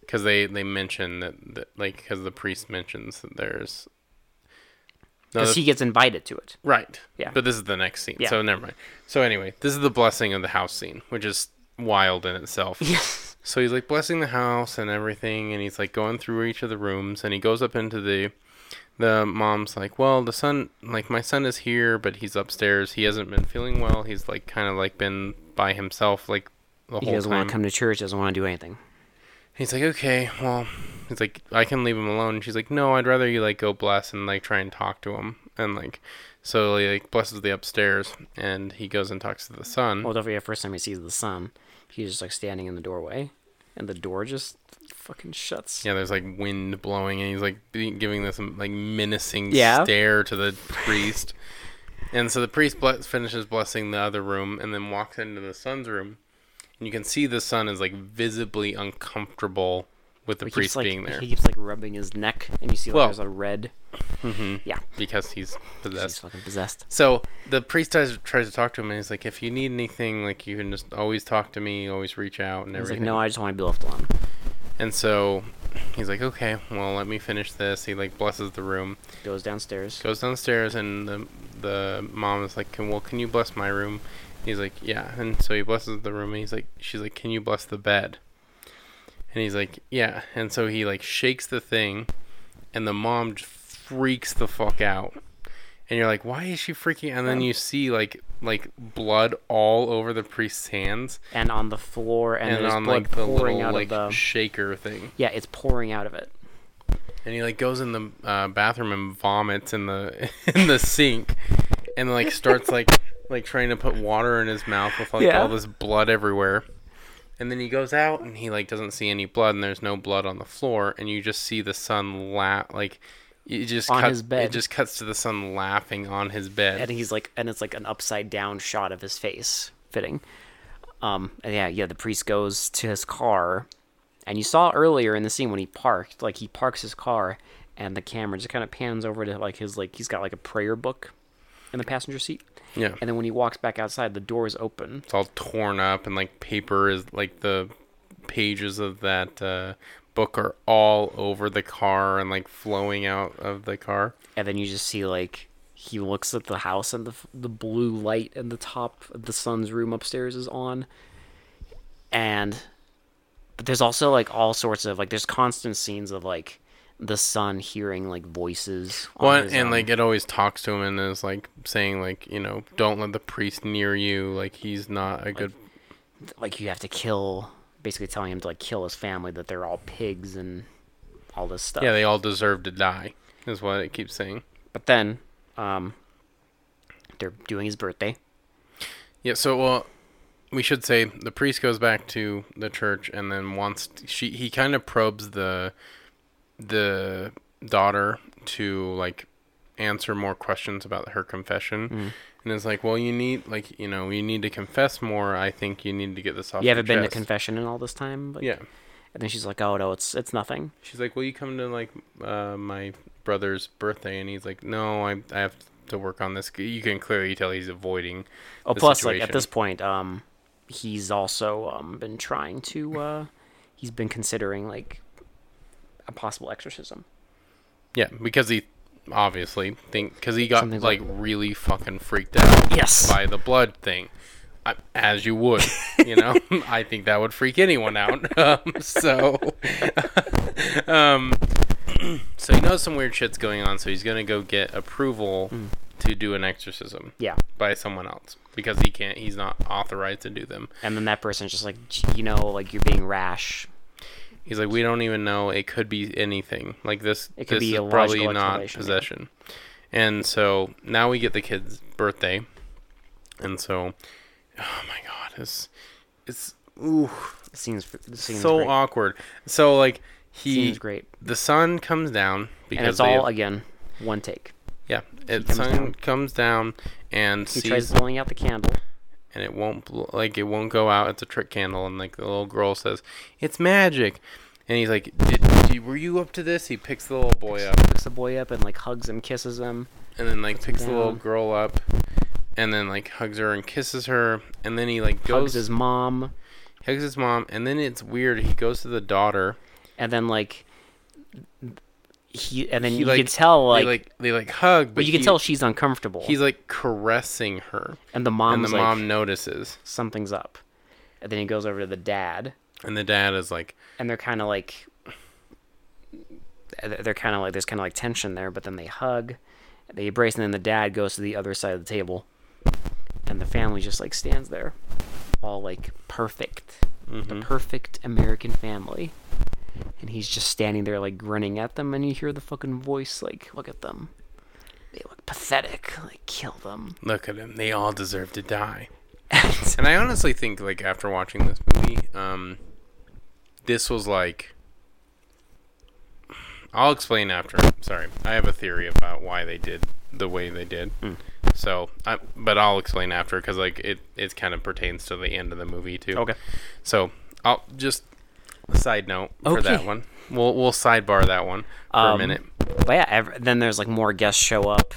S1: Because they they mention that, that like because the priest mentions that there's. No,
S2: Because
S1: that's-
S2: he gets invited to it.
S1: Right.
S2: Yeah.
S1: But this is the next scene.
S2: Yeah.
S1: So never mind. So anyway, this is the blessing of the house scene, which is wild in itself.
S2: Yes.
S1: So he's like blessing the house and everything, and he's like going through each of the rooms, and he goes up into the. The mom's like, well, the son, like my son is here, but he's upstairs. He hasn't been feeling well. He's like kind of like been by himself like the
S2: He
S1: whole
S2: doesn't
S1: time.
S2: want to come to church. Doesn't want to do anything.
S1: He's like, okay, well, he's like, I can leave him alone. And she's like, no, I'd rather you like go bless and like try and talk to him. And like, so he like blesses the upstairs, and he goes and talks to the son.
S2: Well, don't forget, first time he sees the sun, he's just like standing in the doorway, and the door just fucking shuts.
S1: yeah, there's like wind blowing, and he's like be- giving this like menacing
S2: Yeah.
S1: stare to the priest. and so the priest ble- finishes blessing the other room, and then walks into the son's room, and you can see the son is like visibly uncomfortable with the
S2: He
S1: priest
S2: keeps, like,
S1: being there
S2: He keeps like rubbing his neck, and you see like
S1: Well- mm-hmm.
S2: there's a red. Yeah,
S1: because he's possessed.
S2: he's fucking possessed.
S1: So the priest tries, tries to talk to him, and he's like, "If you need anything, like you can just always talk to me, always reach out, and
S2: He's like,
S1: everything."
S2: no, I just want to be left alone.
S1: And so he's like, "Okay, well, let me finish this." He like blesses the room,
S2: Goes downstairs.
S1: goes downstairs, and the the mom is like, "Can well, can you bless my room?" He's like, "Yeah." And so he blesses the room, and he's like, "She's like, can you bless the bed?" And he's like, "Yeah." And so he like shakes the thing, and the mom just freaks the fuck out. and you're like, why is she freaking? And then you see like like blood all over the priest's hands
S2: and on the floor, and,
S1: and
S2: there's
S1: on
S2: blood
S1: like the
S2: pouring
S1: little
S2: out
S1: like
S2: of the.
S1: shaker thing.
S2: yeah, it's pouring out of it.
S1: And he like goes in the uh, bathroom and vomits in the in the sink, and like starts like like trying to put water in his mouth with like
S2: Yeah.
S1: all this blood everywhere. And then he goes out and he like doesn't see any blood and there's no blood on the floor and you just see the sun la like it just
S2: On
S1: cuts,
S2: his bed.
S1: It just cuts to the sun laughing on his bed.
S2: and he's like and it's like an upside down shot of his face fitting um and yeah yeah the priest goes to his car and you saw earlier in the scene when he parked like he parks his car and the camera just kind of pans over to like his like he's got like a prayer book in the passenger seat
S1: yeah.
S2: and then when he walks back outside the door is open
S1: it's all torn up and like paper is like the pages of that uh, book are all over the car and like flowing out of the car
S2: and then you just see like he looks at the house and the f- the blue light in the top of the son's room upstairs is on and but there's also like all sorts of like there's constant scenes of like the son hearing like voices on
S1: well,
S2: his,
S1: and
S2: um,
S1: like it always talks to him and is like saying like you know don't let the priest near you like he's not a good
S2: like you have to kill basically telling him to like kill his family that they're all pigs and all this stuff
S1: yeah they all deserve to die is what it keeps saying
S2: but then um they're doing his birthday
S1: yeah so well we should say the priest goes back to the church and then wants t she he kind of probes the the daughter to like answer more questions about her confession
S2: Hmm.
S1: and it's like well you need like you know you need to confess more i think you need to get this off
S2: you
S1: your
S2: haven't been to
S1: chest."
S2: confession in all this time like,
S1: yeah
S2: and then she's like oh no it's it's nothing
S1: she's like will you come to like uh, my brother's birthday and he's like no i, I have to work on this you can clearly tell he's avoiding
S2: Oh,
S1: the
S2: plus, like at
S1: situation.
S2: this point, um, he's also um been trying to uh, he's been considering like a possible exorcism.
S1: Yeah, because he obviously think because he got
S2: Something's
S1: like really fucking freaked out
S2: Yes.
S1: by the blood thing, I, as you would. You know, I think that would freak anyone out. Um, so, um, so he knows some weird shit's going on, so he's gonna go get approval
S2: Mm.
S1: to do an exorcism
S2: Yeah.
S1: by someone else because he can't. He's not authorized to do them.
S2: And then that person's just like, "Gee, you know, like you're being rash.
S1: He's like, we don't even know. It could be anything. Like this.
S2: It could
S1: this
S2: be
S1: is
S2: a
S1: probably
S2: logical
S1: not
S2: explanation, yeah.
S1: possession. And so now we get the kid's birthday, and so, oh my god, it's it's ooh
S2: It seems, it seems
S1: so
S2: great.
S1: awkward. So like he
S2: seems great.
S1: the sun comes down because
S2: And it's
S1: they-
S2: all again one take.
S1: yeah, it
S2: comes
S1: sun
S2: down.
S1: comes down and
S2: He
S1: sees
S2: tries blowing out the candle.
S1: and it won't bl- like it won't go out. It's a trick candle, and like the little girl says, "It's magic," and he's like, Did, did- "Were you up to this?" He picks the little boy up,
S2: Picks the boy up and like hugs him, kisses him.
S1: and then like picks the little
S2: down.
S1: girl up, and then like hugs her and kisses her, and then he like
S2: Hugs
S1: goes
S2: his mom.
S1: hugs his mom, and then it's weird. He goes to the daughter.
S2: and then like he and then
S1: He,
S2: you
S1: like-
S2: can tell like,
S1: they like they like hug, but
S2: but you can
S1: he-
S2: tell she's uncomfortable
S1: he's like caressing her,
S2: and the mom's
S1: and the
S2: like
S1: mom notices,
S2: something's up and then he goes over to the dad
S1: and the dad is like,
S2: and they're kind of like they're- they're kind of like there's kind of like tension there but then they hug they embrace and then the dad goes to the other side of the table and the family just like stands there all like perfect the perfect american family and he's just standing there like grinning at them and you hear the fucking voice like look at them they look pathetic like kill them
S1: "Look at him. They all deserve to die."
S2: and
S1: And I honestly think, like, after watching this movie, um, this was like. I'll explain after. Sorry, I have a theory about why they did the way they did.
S2: Hmm.
S1: So, I, but I'll explain after because like it, it kind of pertains to the end of the movie too.
S2: Okay.
S1: So I'll just a side note for that
S2: Okay.
S1: one. We'll we'll sidebar that one for a
S2: Um,
S1: minute.
S2: but yeah ev- then there's like more guests show up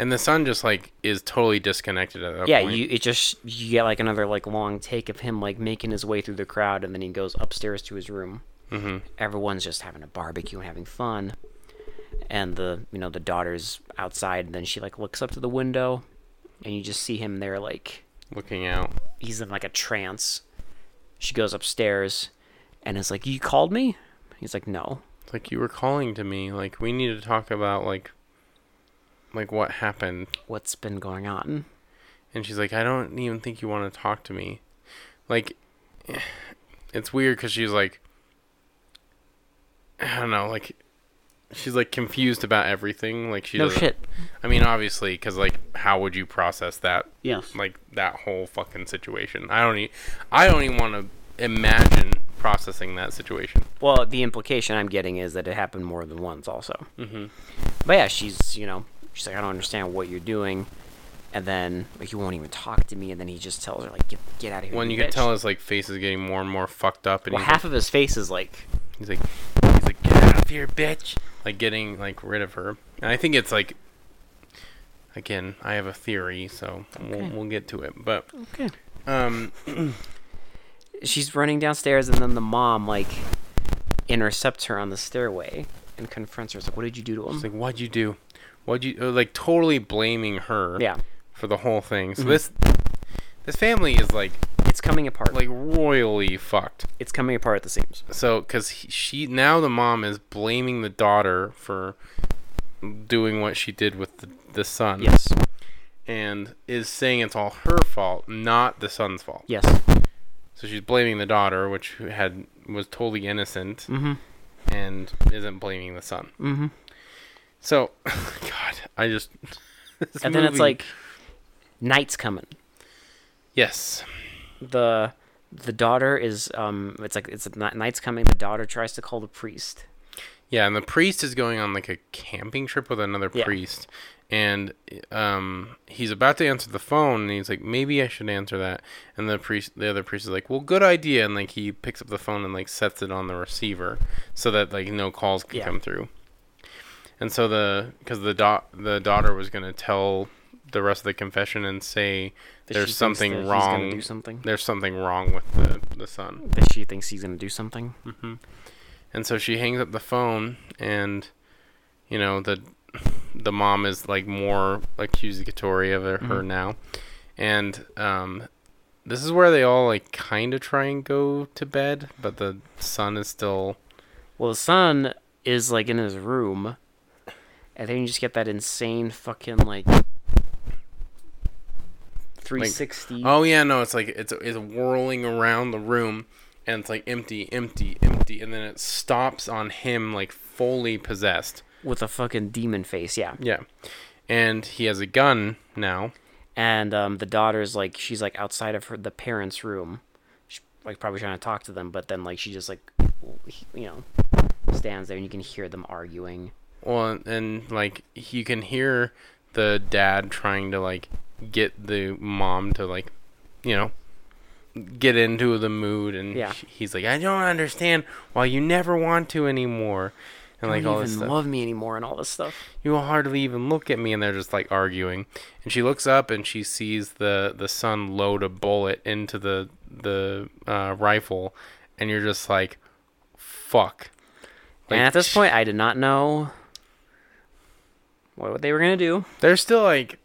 S1: And the son just like is totally disconnected at that
S2: yeah
S1: point.
S2: you it just you get like another like long take of him like making his way through the crowd and then he goes upstairs to his room mm-hmm. everyone's just having a barbecue and having fun and the you know the daughter's outside and then she like looks up to the window and you just see him there like
S1: looking out.
S2: he's in like a trance she goes upstairs and is like you called me he's like no
S1: It's like you were calling to me. Like we need to talk about like like what happened.
S2: what's been going on
S1: And she's like, I don't even think you want to talk to me. Like it's weird because she's like I don't know. Like she's like confused about everything. Like she
S2: no
S1: doesn't-
S2: shit
S1: I mean, obviously, because like how would you process that?
S2: Yes.
S1: Like that whole fucking situation. I don't e I don't even want to imagine processing that situation.
S2: Well, the implication I'm getting is that it happened more than once, also. Mm-hmm. But yeah, she's you know she's like, I don't understand what you're doing, and then like you won't even talk to me, and then he just tells her like, get get out of here.
S1: When you
S2: bitch.
S1: can tell his like face is getting more and more fucked up, and
S2: well,
S1: he's
S2: half of his face is like,
S1: He's like, he's like, get out of here, bitch! Like getting like rid of her, and I think it's like, again, I have a theory, so we'll,
S2: Okay.
S1: we'll get to it. But
S2: okay.
S1: um,
S2: She's running downstairs, and then the mom like intercepts her on the stairway and confronts her. It's like, what did you do to him?
S1: it's like, what'd you do? What'd you uh, like? Totally blaming her,
S2: yeah, Mm-hmm.
S1: for the whole thing. So this this family is like
S2: it's coming apart.
S1: like royally fucked.
S2: it's coming apart at the seams.
S1: So, because she now the mom is blaming the daughter for doing what she did with the, the son,
S2: Yes.
S1: and is saying it's all her fault, not the son's fault.
S2: Yes.
S1: So she's blaming the daughter, which had was totally innocent,
S2: Mm-hmm.
S1: and isn't blaming the son. Mm-hmm. So, God, I just. this
S2: And then it's
S1: movie-
S2: like, night's coming.
S1: yes,
S2: the the daughter is um it's like it's ni- night's coming the daughter tries to call the priest
S1: Yeah, and the priest is going on like a camping trip with another
S2: Yeah.
S1: priest, and um, he's about to answer the phone, and he's like, "Maybe I should answer that." And the priest, the other priest, is like, "Well, good idea," and like he picks up the phone and like sets it on the receiver so that like no calls can
S2: Yeah.
S1: come through. And so the because the da- the daughter was gonna tell the rest of the confession and say
S2: that she
S1: there's
S2: thinks
S1: something
S2: that he's gonna
S1: wrong.
S2: do something
S1: There's something wrong with the the son.
S2: that she thinks he's gonna do something
S1: And so she hangs up the phone and you know the the mom is like more accusatory of her her now, and um, this is where they all like kind of try and go to bed, but the son is still
S2: Well, the son is like in his room, and then you just get that insane fucking like 360.
S1: Oh yeah, no, it's like it's it's whirling around the room, and it's like empty, empty, empty, and then it stops on him like fully possessed.
S2: with a fucking demon face, yeah.
S1: Yeah, and he has a gun now.
S2: And um, the daughter's like, she's like outside of her the parents' room, she, like probably trying to talk to them, but then like she just like, you know, stands there and you can hear them arguing.
S1: Well, and, and like you can hear the dad trying to like get the mom to like, you know, get into the mood, and
S2: Yeah.
S1: sh- he's like, I don't understand why you never want to anymore, and like
S2: Don't
S1: all this
S2: even
S1: stuff.
S2: love me anymore and all this stuff.
S1: you will hardly even look at me and they're just like arguing and she looks up and she sees the the son load a bullet into the the uh, rifle and you're just like fuck
S2: and at this
S1: sh-
S2: point, I did not know what they were gonna do.
S1: there's still like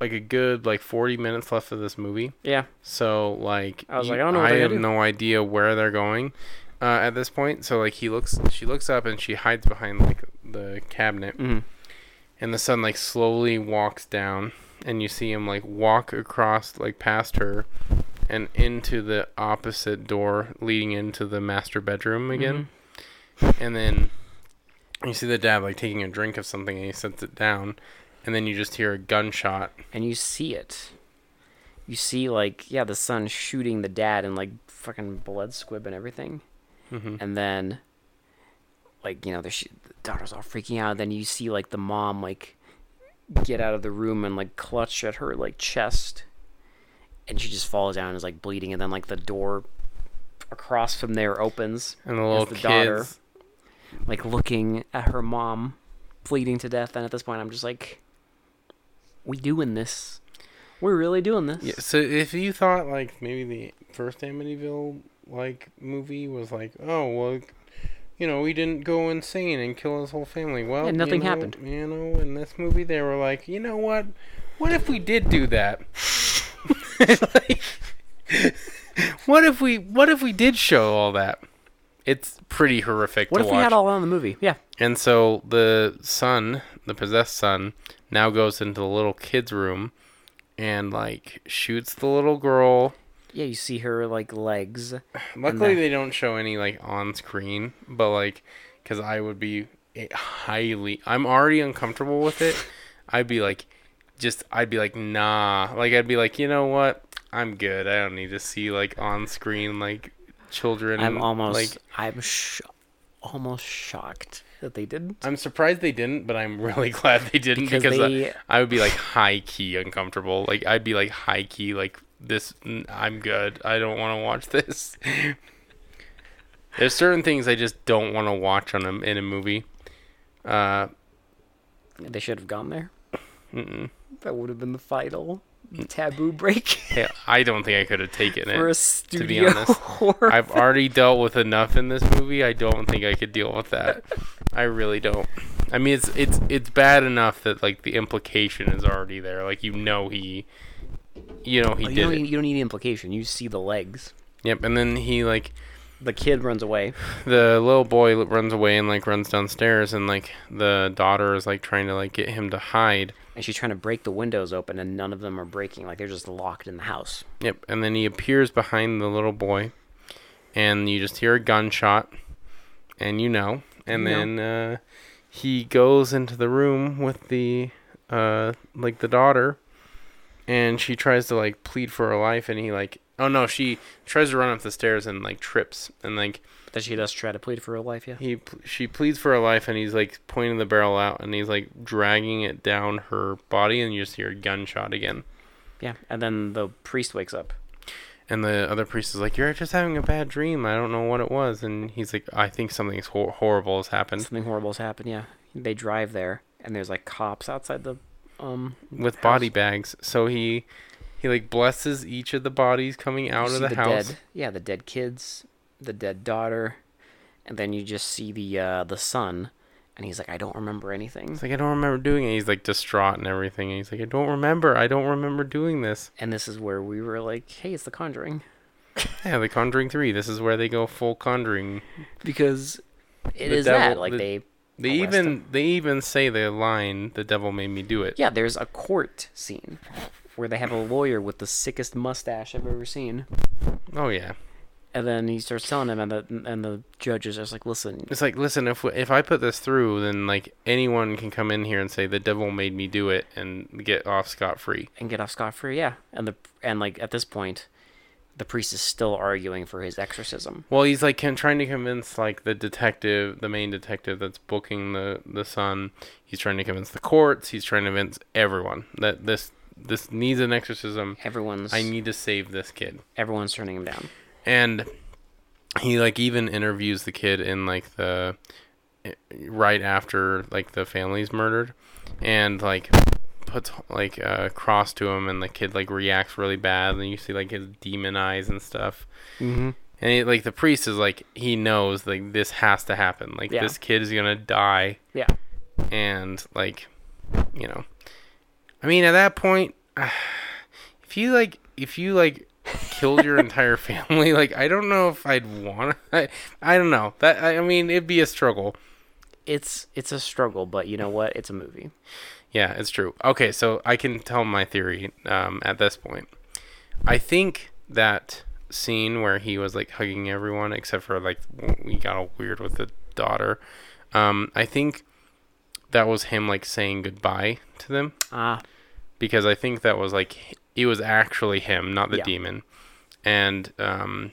S1: like a good like 40 minutes left of this movie
S2: Yeah,
S1: So like,
S2: I was
S1: you-
S2: like, I don't know what they're
S1: have
S2: gonna do.
S1: no idea where they're going uh, at this point. So like, he looks, she looks up and she hides behind like the cabinet,
S2: Mhm.
S1: and the son like slowly walks down, and you see him like walk across like past her, and into the opposite door leading into the master bedroom again,
S2: Mm-hmm.
S1: and then you see the dad like taking a drink of something, and he sets it down, and then you just hear a gunshot.
S2: and you see it. You see, like, yeah, the son shooting the dad and, like, fucking blood squib and everything.
S1: Mhm.
S2: And then, like, you know, the, sh- the daughter's all freaking out. Then you see, like, the mom, like, get out of the room and, like, clutch at her, like, chest. And she just falls down and is, like, bleeding. And then, like, the door across from there opens.
S1: And the little
S2: the
S1: kids,
S2: daughter. like looking at her mom bleeding to death and at this point i'm just like we doing this we're really doing this
S1: Yeah, so if you thought like maybe the first Amityville like movie was like, oh well, you know, we didn't go insane and kill his whole family. Well,
S2: Yeah,
S1: you
S2: nothing
S1: know-
S2: happened.
S1: You know, in this movie they were like, you know what? What if we did do that? Like, what if we What if we did show all that? It's pretty horrific.
S2: what
S1: to
S2: if
S1: watch.
S2: we had all on the movie yeah
S1: And so the son, the possessed son, now goes into the little kid's room and like shoots the little girl.
S2: yeah you see her like legs
S1: Mm-hmm. Luckily, they don't show any like on screen, but like, because I would be eh, highly, I'm already uncomfortable with it. I'd be like, just, I'd be like, nah. Like, I'd be like, you know what? I'm good. I don't need to see like on screen like children.
S2: i'm almost
S1: like,
S2: i'm sh- almost shocked that they didn't
S1: I'm surprised they didn't, but I'm really glad they didn't
S2: Because
S1: because, uh,
S2: they-
S1: I, I would be like high key uncomfortable. Like I'd be like high key like this. n- I'm good. I don't want to watch this. There's certain things I just don't want to watch on a, in a movie. Uh,
S2: they should have gone there that would have been the final taboo break
S1: Mm. yeah, I don't think I could have taken
S2: for a
S1: it.
S2: studio
S1: honest,
S2: horror
S1: I've already dealt with enough in this movie. I don't think I could deal with that. I really don't. I mean, it's it's it's bad enough that like the implication is already there. Like you know he, you know he
S2: Oh, you,
S1: did
S2: don't,
S1: it.
S2: need- you don't need any implication you see the legs
S1: Yep, and then he like
S2: the kid runs away
S1: the little boy l- runs away and like runs downstairs and like the daughter is like trying to like get him to hide.
S2: and she's trying to break the windows open and none of them are breaking like they're just locked in the house
S1: Yep, and then he appears behind the little boy and you just hear a gunshot and you know. And
S2: You
S1: then uh he goes into the room with the uh like the daughter and she tries to like plead for her life and he like oh no, she tries to run up the stairs and like trips and like
S2: that she does try to plead for her life yeah
S1: he pl- she pleads for her life and he's like pointing the barrel out and he's like dragging it down her body and you just hear a gunshot again
S2: yeah and then the priest wakes up
S1: and the other priest is like you're just having a bad dream i don't know what it was and he's like i think something hor- horrible has happened
S2: something horrible's happened yeah they drive there and there's like cops outside the um
S1: with body bags so he he like blesses each of the bodies coming out
S2: you
S1: of
S2: see
S1: the, house
S2: dead yeah the dead kids the dead daughter and then you just see the uh the son And he's like, I don't remember anything.
S1: It's like I don't remember doing it. He's like distraught and everything. And he's like, I don't remember. I don't remember doing this.
S2: And this is where we were like, hey, it's The Conjuring.
S1: Yeah, The Conjuring Three. This is where they go full Conjuring.
S2: Because it is
S1: The devil-
S2: that. Like,
S1: the-
S2: they.
S1: They
S2: arrest
S1: even
S2: him.
S1: they even say the line, "The devil made me do it."
S2: Yeah, there's a court scene where they have a lawyer with the sickest mustache I've ever seen.
S1: Oh yeah.
S2: And then he starts telling him, and the, and the judge is just like, listen,
S1: It's like, listen, if if I put this through, then like anyone can come in here and say the devil made me do it and get off scot free.
S2: and get off scot free. Yeah, and the and like at this point, the priest is still arguing for his exorcism.
S1: Well, he's like can, trying to convince like the detective, the main detective that's booking the the son. He's trying to convince the courts. He's trying to convince everyone that this this needs an exorcism.
S2: Everyone's
S1: I need to save this kid.
S2: everyone's turning him down.
S1: and he like even interviews the kid in like the right after like the family's murdered and like puts like a cross to him and the kid like reacts really bad and you see like his demon eyes and stuff
S2: Mm-hmm.
S1: and he, like the priest is like he knows like this has to happen like
S2: Yeah.
S1: this kid is gonna die
S2: Yeah,
S1: and like you know i mean at that point if you like if you like killed your entire family like i don't know if i'd want to I, I don't know that i I mean it'd be a struggle
S2: it's it's a struggle, but you know what? It's a movie.
S1: yeah it's true okay so i can tell my theory um, at this point i think that scene where he was like hugging everyone except for like we got all weird with the daughter um, i think that was him like saying goodbye to them
S2: Ah,
S1: because I think that was like h- it was actually him, not the
S2: Yeah.
S1: demon, and um,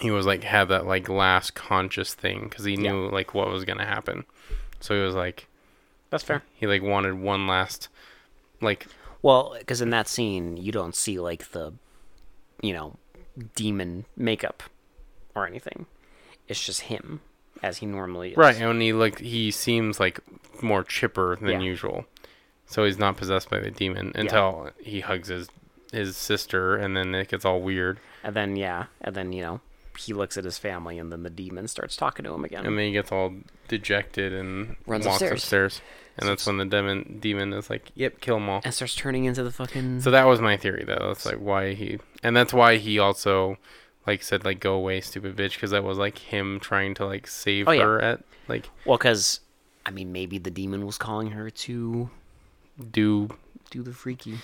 S1: he was like had that like last conscious thing because he knew like what was gonna happen, so he was like
S2: that's fair.
S1: he like wanted one last like
S2: Well, because in that scene, you don't see like the, you know, demon makeup or anything. It's just him as he normally is.
S1: right, and he like he seems like more chipper than
S2: Yeah.
S1: usual, so he's not possessed by the demon until he hugs his his sister, and then it gets all weird,
S2: And then yeah, and then you know he looks at his family, and then the demon starts talking to him again.
S1: and then he gets all dejected and
S2: Runs
S1: walks
S2: upstairs.
S1: upstairs. And that's when the demon demon is like, "Yep, kill them all."
S2: and starts turning into the fucking
S1: So that was my theory, though. That's like why he, and that's why he also, like, said like "Go away, stupid bitch," because that was like him trying to like save
S2: Oh, yeah.
S1: her at like
S2: well because i mean maybe the demon was calling her to
S1: do.
S2: do the freaky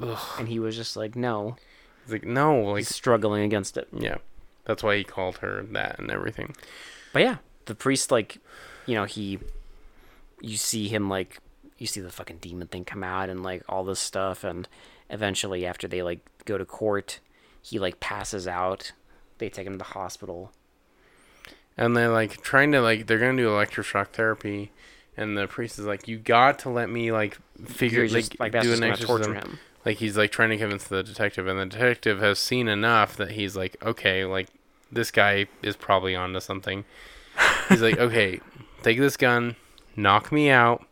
S1: Ugh.
S2: and he was just like no
S1: He's like, no, like,
S2: he's struggling against it
S1: yeah. That's why he called her that and everything.
S2: but yeah the priest like you know he you see him like you see the fucking demon thing come out and like all this stuff and eventually after they like go to court he like passes out they take him to the hospital
S1: And they're like trying to like they're gonna do electroshock therapy, and the priest is like, "You got to let me like figure
S2: you're just like,
S1: like,
S2: that's
S1: do
S2: just
S1: an
S2: gonna torture
S1: exorcism."
S2: him
S1: Like he's like trying to convince the detective, and the detective has seen enough that he's like, "Okay, like this guy is probably onto something." He's like, "Okay, take this gun, knock me out,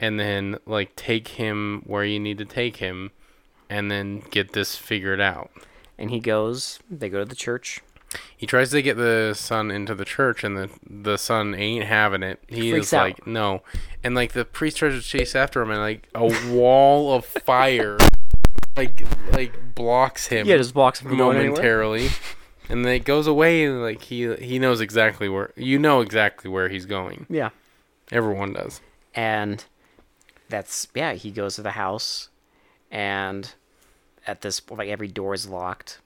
S1: and then like take him where you need to take him, and then get this figured out."
S2: and he goes they go to the church
S1: He tries to get the son into the church, and the the son ain't having it. He
S2: freaks
S1: is
S2: out.
S1: like, no, and like the priest tries to chase after him, and like a wall of fire, like like blocks him
S2: yeah just blocks him from going anywhere
S1: momentarily, and then it goes away. And like he he knows exactly where you know exactly where he's going.
S2: yeah
S1: Everyone does.
S2: and that's yeah he goes to the house and at this like every door is locked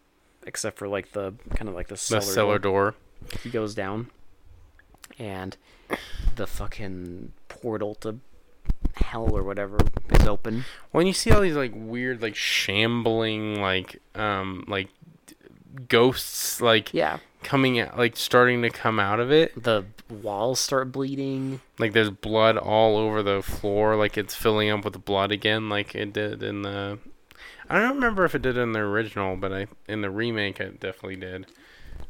S2: except for like the kind of like the
S1: The
S2: cellar,
S1: cellar
S2: door.
S1: door.
S2: he goes down and the fucking portal to hell or whatever is open
S1: When you see all these like weird like shambling like um like d- ghosts like
S2: yeah
S1: coming out like starting to come out of it
S2: the walls start bleeding
S1: like there's blood all over the floor like it's filling up with blood again like it did in the i don't remember if it did in the original but i in the remake it definitely did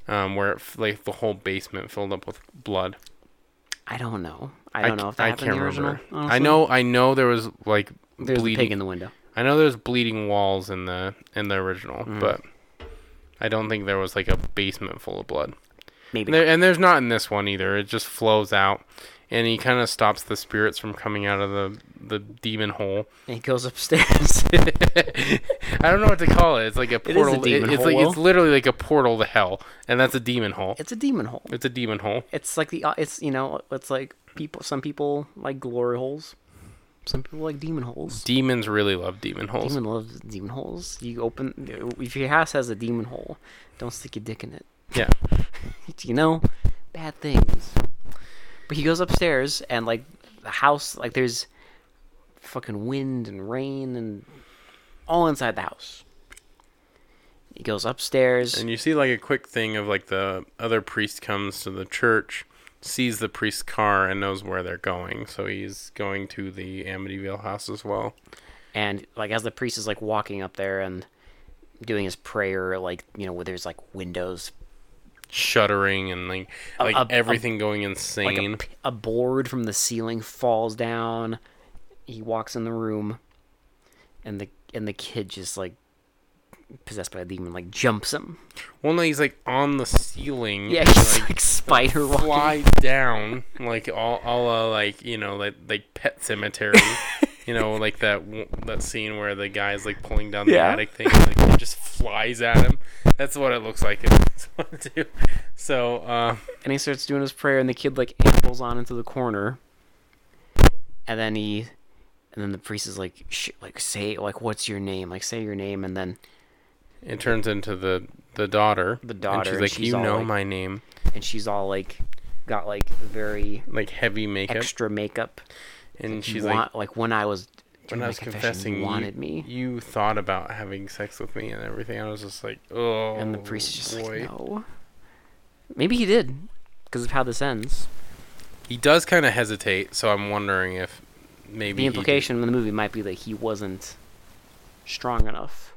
S1: um where it, f- like the whole basement filled up with blood
S2: i don't know i don't know if that happened in the original
S1: i
S2: honestly.
S1: know i know there was like
S2: there's a pig
S1: bleeding
S2: in the window
S1: i know there's bleeding walls in
S2: Mm.
S1: the in the original but i don't think there was like a basement full of blood
S2: Maybe
S1: And, there, and there's not in this one either. It just flows out, and he kind of stops the spirits from coming out of the the demon hole.
S2: he goes upstairs.
S1: I don't know what to call it. It's like a
S2: is a
S1: portal.
S2: demon
S1: it's like
S2: hole.
S1: it's literally like a portal to hell, and that's a demon hole.
S2: it's a demon hole.
S1: It's a demon hole.
S2: It's like the uh, it's you know it's like people. Some people like glory holes. Some people like demon holes.
S1: Demons really love demon holes.
S2: Demon loves demon holes. You open if your house has a demon hole, don't stick your dick in it.
S1: Yeah.
S2: you know, bad things. But he goes upstairs and like the house, like there's fucking wind and rain and all inside the house. He goes upstairs.
S1: And you see like a quick thing of like the other priest comes to the church, sees the priest's car and knows where they're going. So he's going to the Amityville house as well.
S2: and like as the priest is like walking up there and doing his prayer like you know where there's like windows
S1: Shuddering and like like
S2: a-
S1: everything going
S2: like a,
S1: insane.
S2: p- a board from the ceiling falls down he walks in the room and the and the kid just like possessed by a demon like jumps him
S1: well no, he's like on the ceiling.
S2: yeah
S1: and,
S2: he's
S1: like,
S2: like, spider walking
S1: flies down like all all uh, like you know like like pet cemetery. You know, like that w- that scene where the guy's like pulling down the
S2: Yeah.
S1: attic thing, and, like it just flies at him. That's what it looks like. in this one, too. So, uh,
S2: and he starts doing his prayer and the kid like ambles on into the corner and then he and then the priest is like Sh- like say like what's your name like say your name and then
S1: It turns into the the daughter.
S2: The daughter,
S1: And she's
S2: and
S1: like,
S2: she's
S1: you
S2: all
S1: know
S2: like-
S1: my name.
S2: and she's all like got like very
S1: Like heavy makeup,
S2: extra makeup
S1: and she's
S2: Wa-
S1: like,
S2: when i was
S1: when
S2: doing my
S1: I was
S2: confession,
S1: confessing,
S2: you
S1: you-
S2: wanted me
S1: You thought about having sex with me and everything. I was just like, oh.
S2: and the priest is just
S1: boy."
S2: like no maybe he did because of how this ends
S1: He does kind of hesitate, so I'm wondering if maybe
S2: the
S1: he
S2: implication in the movie might be that he wasn't strong enough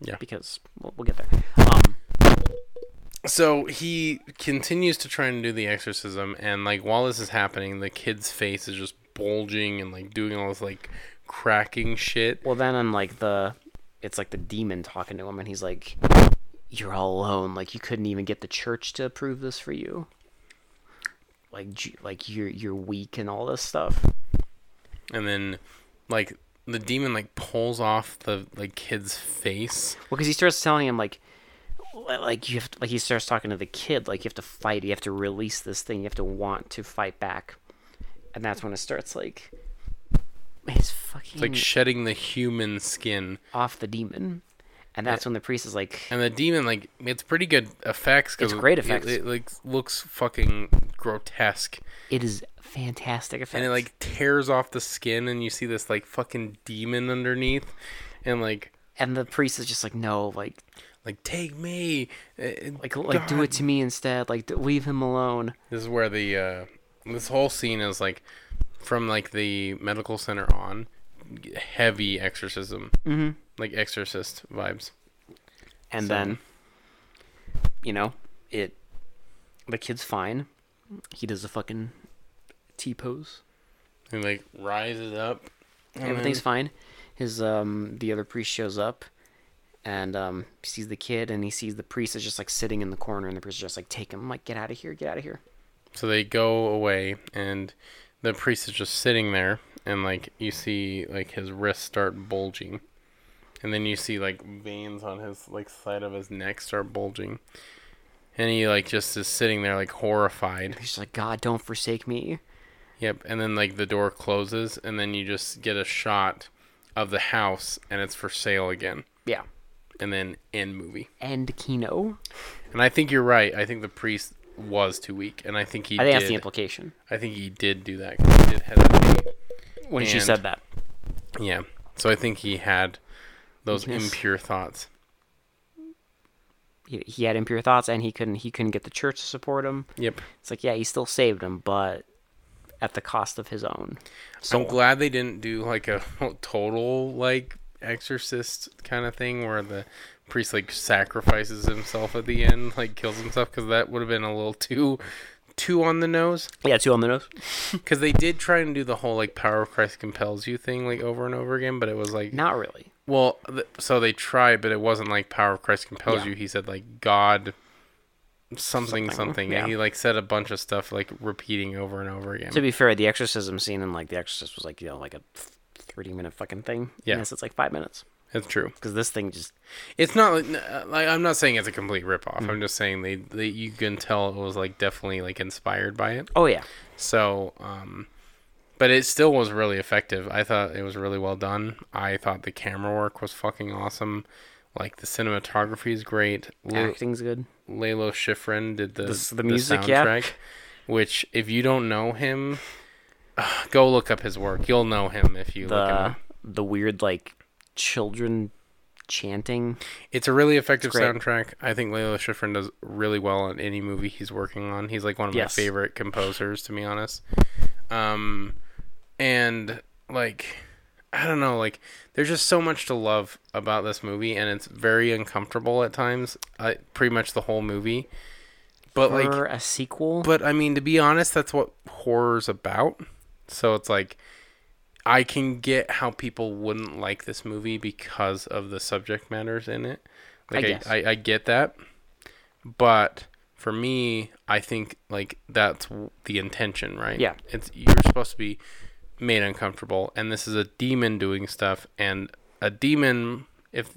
S1: Yeah.
S2: because we'll, we'll get there um
S1: did. So he continues to try and do the exorcism, and like while this is happening, the kid's face is just bulging and like doing all this like cracking shit.
S2: Well, then on like the, it's like the demon talking to him, and he's like, "You're all alone. Like you couldn't even get the church to approve this for you. Like, j- like you're you're weak and all this stuff."
S1: and then like the demon like pulls off the like kid's face
S2: Well, because he starts telling him like, li- like you have to, like he starts talking to the kid like you have to fight, you have to release this thing, you have to want to fight back, and that's when it starts like, he's fucking
S1: like shedding the human skin
S2: off the demon, and that's when the priest is like,
S1: and the demon like it's pretty good effects cause
S2: It's great
S1: it-
S2: effects.
S1: it, like looks fucking grotesque
S2: "It is fantastic effect."
S1: and it like tears off the skin and you see this like fucking demon underneath and like
S2: and the priest is just like, "No, like."
S1: like take me
S2: like like do it to me instead like d- leave him alone
S1: This is where the uh, this whole scene is like from like the medical center on heavy exorcism, mm-hmm. like exorcist vibes.
S2: and then you know it the kid's fine he does a fucking t pose
S1: He like rises up. and
S2: everything's fine his um the other priest shows up and um sees the kid and he sees the priest is just like sitting in the corner and the priest is just like take him like get out of here get out of here
S1: then- so they go away, and the priest is just sitting there, and like you see like his wrists start bulging, and then you see like veins on his like side of his neck start bulging, and he like just is sitting there like horrified.
S2: he's just like god don't forsake me
S1: Yep, and then like the door closes, and then you just get a shot of the house, and it's for sale again,
S2: yeah
S1: and then end movie.
S2: and kino
S1: And I think you're right. I think the priest was too weak, and I think he.
S2: i think
S1: did.
S2: that's the implication
S1: I think he did do that. 'cause he did hesitate.
S2: when she
S1: And-
S2: said that
S1: Yeah, so I think he had those
S2: Yes.
S1: impure thoughts.
S2: he, he had impure thoughts and he couldn't he couldn't get the church to support him
S1: Yep.
S2: It's like, yeah, he still saved him, but at the cost of his own.
S1: I'm glad they didn't do like a total like exorcist kind of thing where the priest like sacrifices himself at the end, like kills himself, because that would have been a little too too on the nose.
S2: Yeah, two on the nose.
S1: Because they did try and do the whole like power of Christ compels you thing like over and over again, but it was like
S2: Not really.
S1: well, th- so they tried, but it wasn't like power of Christ compels
S2: Yeah.
S1: you. He said like God something something.
S2: Something, yeah.
S1: And he like said a bunch of stuff like repeating over and over again.
S2: To be fair, the exorcism scene in like The Exorcist was like you know like a thirty minute fucking thing.
S1: Yeah.
S2: Yes, it's like five minutes
S1: It's true.
S2: because this thing just
S1: It's not like, n- uh, like I'm not saying it's a complete ripoff.
S2: Mm-hmm.
S1: I'm just saying they, they you can tell it was like definitely like inspired by it.
S2: oh yeah
S1: So, um, but it still was really effective. I thought it was really well done. I thought the camera work was fucking awesome. Like the cinematography is great. L-
S2: acting's good.
S1: Lalo Schifrin did the
S2: s- the music, yeah.
S1: soundtrack, which if you don't know him, go look up his work. You'll know him if you look him
S2: The
S1: up.
S2: the weird like children chanting.
S1: It's a really effective
S2: great.
S1: soundtrack. I think Lalo Schifrin does really well on any movie he's working on. He's like one of
S2: Yes.
S1: my favorite composers, to be honest. Um, and like, I don't know, like there's just so much to love about this movie, and it's very uncomfortable at times. Uh, pretty much the whole movie, but like
S2: for a sequel.
S1: But I mean, to be honest, that's what horror's about. So it's like, I can get how people wouldn't like this movie because of the subject matters in it. Like, I,
S2: guess.
S1: I, I get that. But for me, I think like that's w- the intention, right?
S2: Yeah.
S1: It's you're supposed to be made uncomfortable, and this is a demon doing stuff, and a demon, if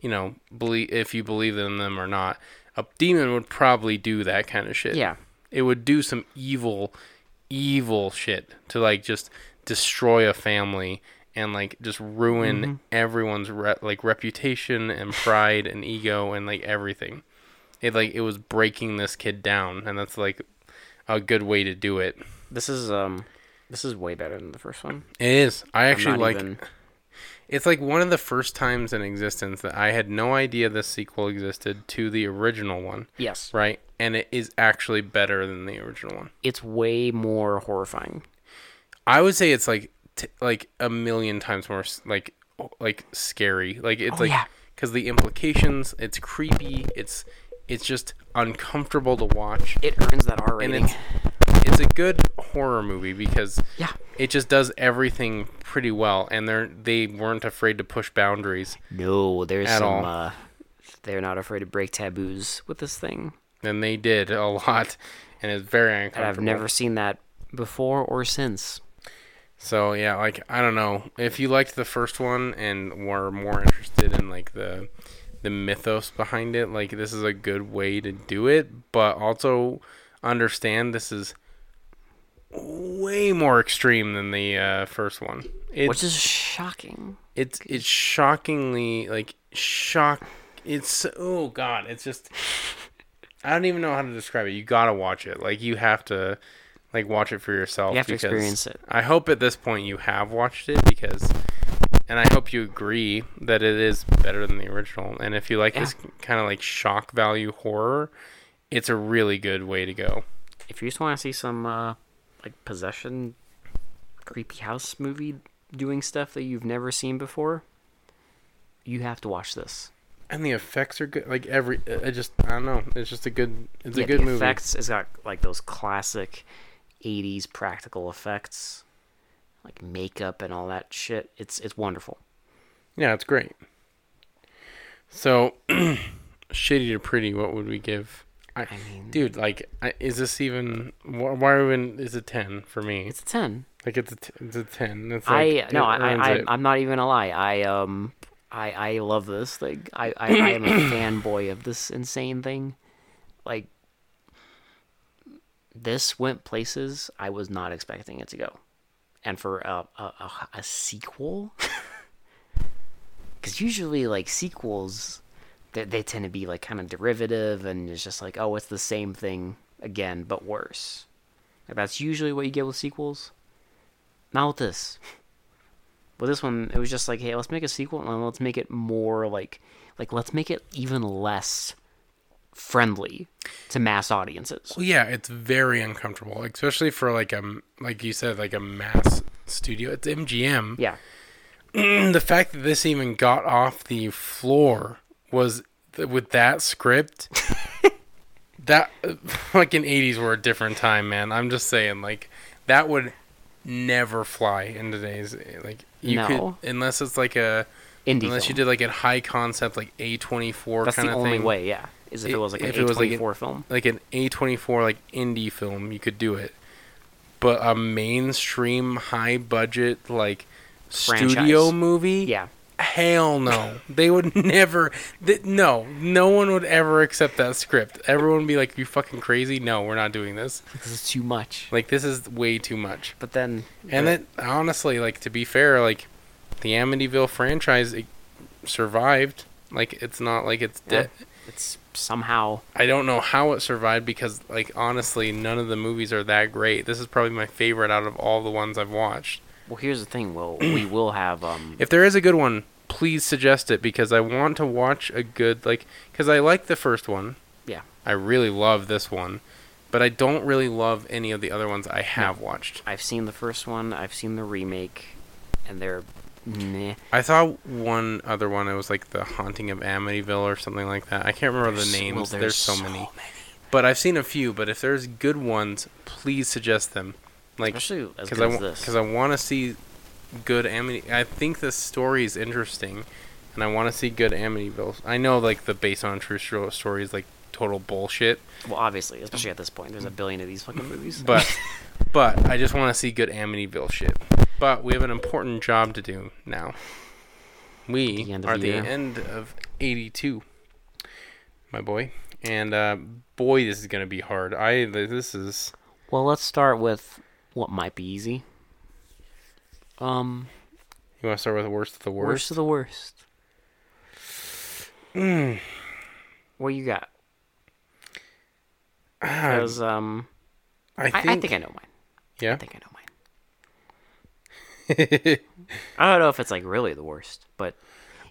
S1: you know, believe if you believe in them or not, a demon would probably do that kind of shit
S2: yeah,
S1: it would do some evil evil shit to like just destroy a family and like just ruin
S2: Mm-hmm.
S1: everyone's re- like reputation and pride and ego and like everything it like it was breaking this kid down and that's like a good way to do it
S2: this is um this is way better than the first one.
S1: it is i actually
S2: Not
S1: like
S2: even-
S1: it's like one of the first times in existence that i had no idea this sequel existed to the original one
S2: yes,
S1: right and it is actually better than the original one
S2: it's way more horrifying.
S1: I would say it's like t- like a million times more s- like o- like scary. Like it's like
S2: Oh, yeah.
S1: because the implications. It's creepy. It's it's just uncomfortable to watch,
S2: It earns that R
S1: and
S2: rating.
S1: it's it's a good horror movie because
S2: Yeah.
S1: it just does everything pretty well, and they're they weren't afraid to push boundaries.
S2: No, there's
S1: At
S2: some.
S1: all.
S2: uh They're not afraid to break taboos with this thing.
S1: And they did a lot, and it's very
S2: And
S1: uncomfortable.
S2: I've never seen that before or since.
S1: So yeah, like I don't know if you liked the first one and were more interested in like the the mythos behind it. Like this is a good way to do it, but also understand this is way more extreme than the uh, first one. It's
S2: Which is shocking.
S1: it's it's shockingly like shock. It's oh god, it's just I don't even know how to describe it. You gotta watch it. Like you have to like watch it for yourself.
S2: You have to
S1: because
S2: experience it.
S1: I hope at this point you have watched it because, and I hope you agree that it is better than the original. And if you like this kind of like shock value horror, it's a really good way to go.
S2: If you just want to see some uh like possession, creepy house movie doing stuff that you've never seen before, you have to watch this.
S1: And the effects are good. Like every, I just I don't know. It's just a good. It's
S2: Yeah,
S1: a good
S2: the
S1: movie.
S2: effects. It's got like those classic '80s practical effects, like makeup and all that shit. It's it's wonderful.
S1: Yeah, it's great. So, shitty to pretty, what would we give? I,
S2: I mean,
S1: dude, like, I, is this even? Wh- why are we in, is it ten for me?
S2: it's a ten.
S1: Like, it's a, t- it's a ten. It's
S2: I
S1: like,
S2: no,
S1: it
S2: I,
S1: earns
S2: I
S1: it.
S2: I'm- I'm not even gonna lie. I um I I love this thing. I I, I am a fanboy of this insane thing. Like this went places I was not expecting it to go, and for a a, a, a sequel, because usually like sequels, they they tend to be like kind of derivative, and it's just like oh it's the same thing again but worse. Like, that's usually what you get with sequels. Not with this. With this one, it was just like, hey, let's make a sequel and let's make it more like, like let's make it even less friendly to mass audiences.
S1: Well, yeah, it's very uncomfortable, especially for like um, like you said, like a mass studio. It's MGM.
S2: Yeah,
S1: the fact that this even got off the floor was th- with that script. that fucking eighties were a different time, man. I'm just saying, like that would never fly in today's uh, like you
S2: No.
S1: could unless it's like a
S2: indie.
S1: unless you did
S2: film.
S1: like a high concept like A24
S2: That's
S1: kind
S2: the
S1: of
S2: only
S1: thing.
S2: way. Yeah, is if it was like an
S1: If it was like an-
S2: A24 film.
S1: like an A24 like indie film, you could do it. But a mainstream high budget like studio
S2: Franchise.
S1: movie?
S2: Yeah.
S1: Hell no. they would never th- no, no one would ever accept that script. Everyone would be like you fucking crazy. No, we're not doing this.
S2: This is too much.
S1: Like this is way too much.
S2: But then
S1: And
S2: the-
S1: it honestly like to be fair, like the Amityville franchise it survived. Like it's not like it's
S2: yeah,
S1: dead.
S2: it's somehow
S1: I don't know how it survived because, like, honestly, none of the movies are that great. This is probably my favorite out of all the ones I've watched.
S2: well here's the thing, well we will have um
S1: If there is a good one, please suggest it because I want to watch a good, like, because I like the first one.
S2: yeah.
S1: I really love this one, but I don't really love any of the other ones I have watched.
S2: I've seen the first one, I've seen the remake, and they're meh.
S1: I saw one other one. It was like the Haunting of Amityville or something like that. I can't remember
S2: There's-
S1: the names.
S2: well,
S1: there's, so, many. but I've seen a few. But if there's good ones, please suggest them. Like,
S2: Especially as
S1: because
S2: good
S1: I
S2: as this.
S1: because I want to see good Amity. I think the story is interesting, and I want to see good Amityville. I know like the based on true stro- story is like total bullshit,
S2: Well, obviously, especially at this point, there's a billion of these fucking movies.
S1: but but I just want to see good Amityville shit. But we have an important job to do now. We
S2: The end of
S1: are
S2: the
S1: the
S2: year.
S1: end of '82, my boy, and uh, boy, this is gonna be hard. I this is
S2: well, let's start with what might be easy. Um,
S1: you want to start with worst of the
S2: worst,
S1: worst.
S2: of the worst.
S1: Hmm.
S2: What you got?
S1: Uh,
S2: Because um, I, I think I know mine.
S1: yeah.
S2: I think I know mine. I don't know if it's like really the worst, but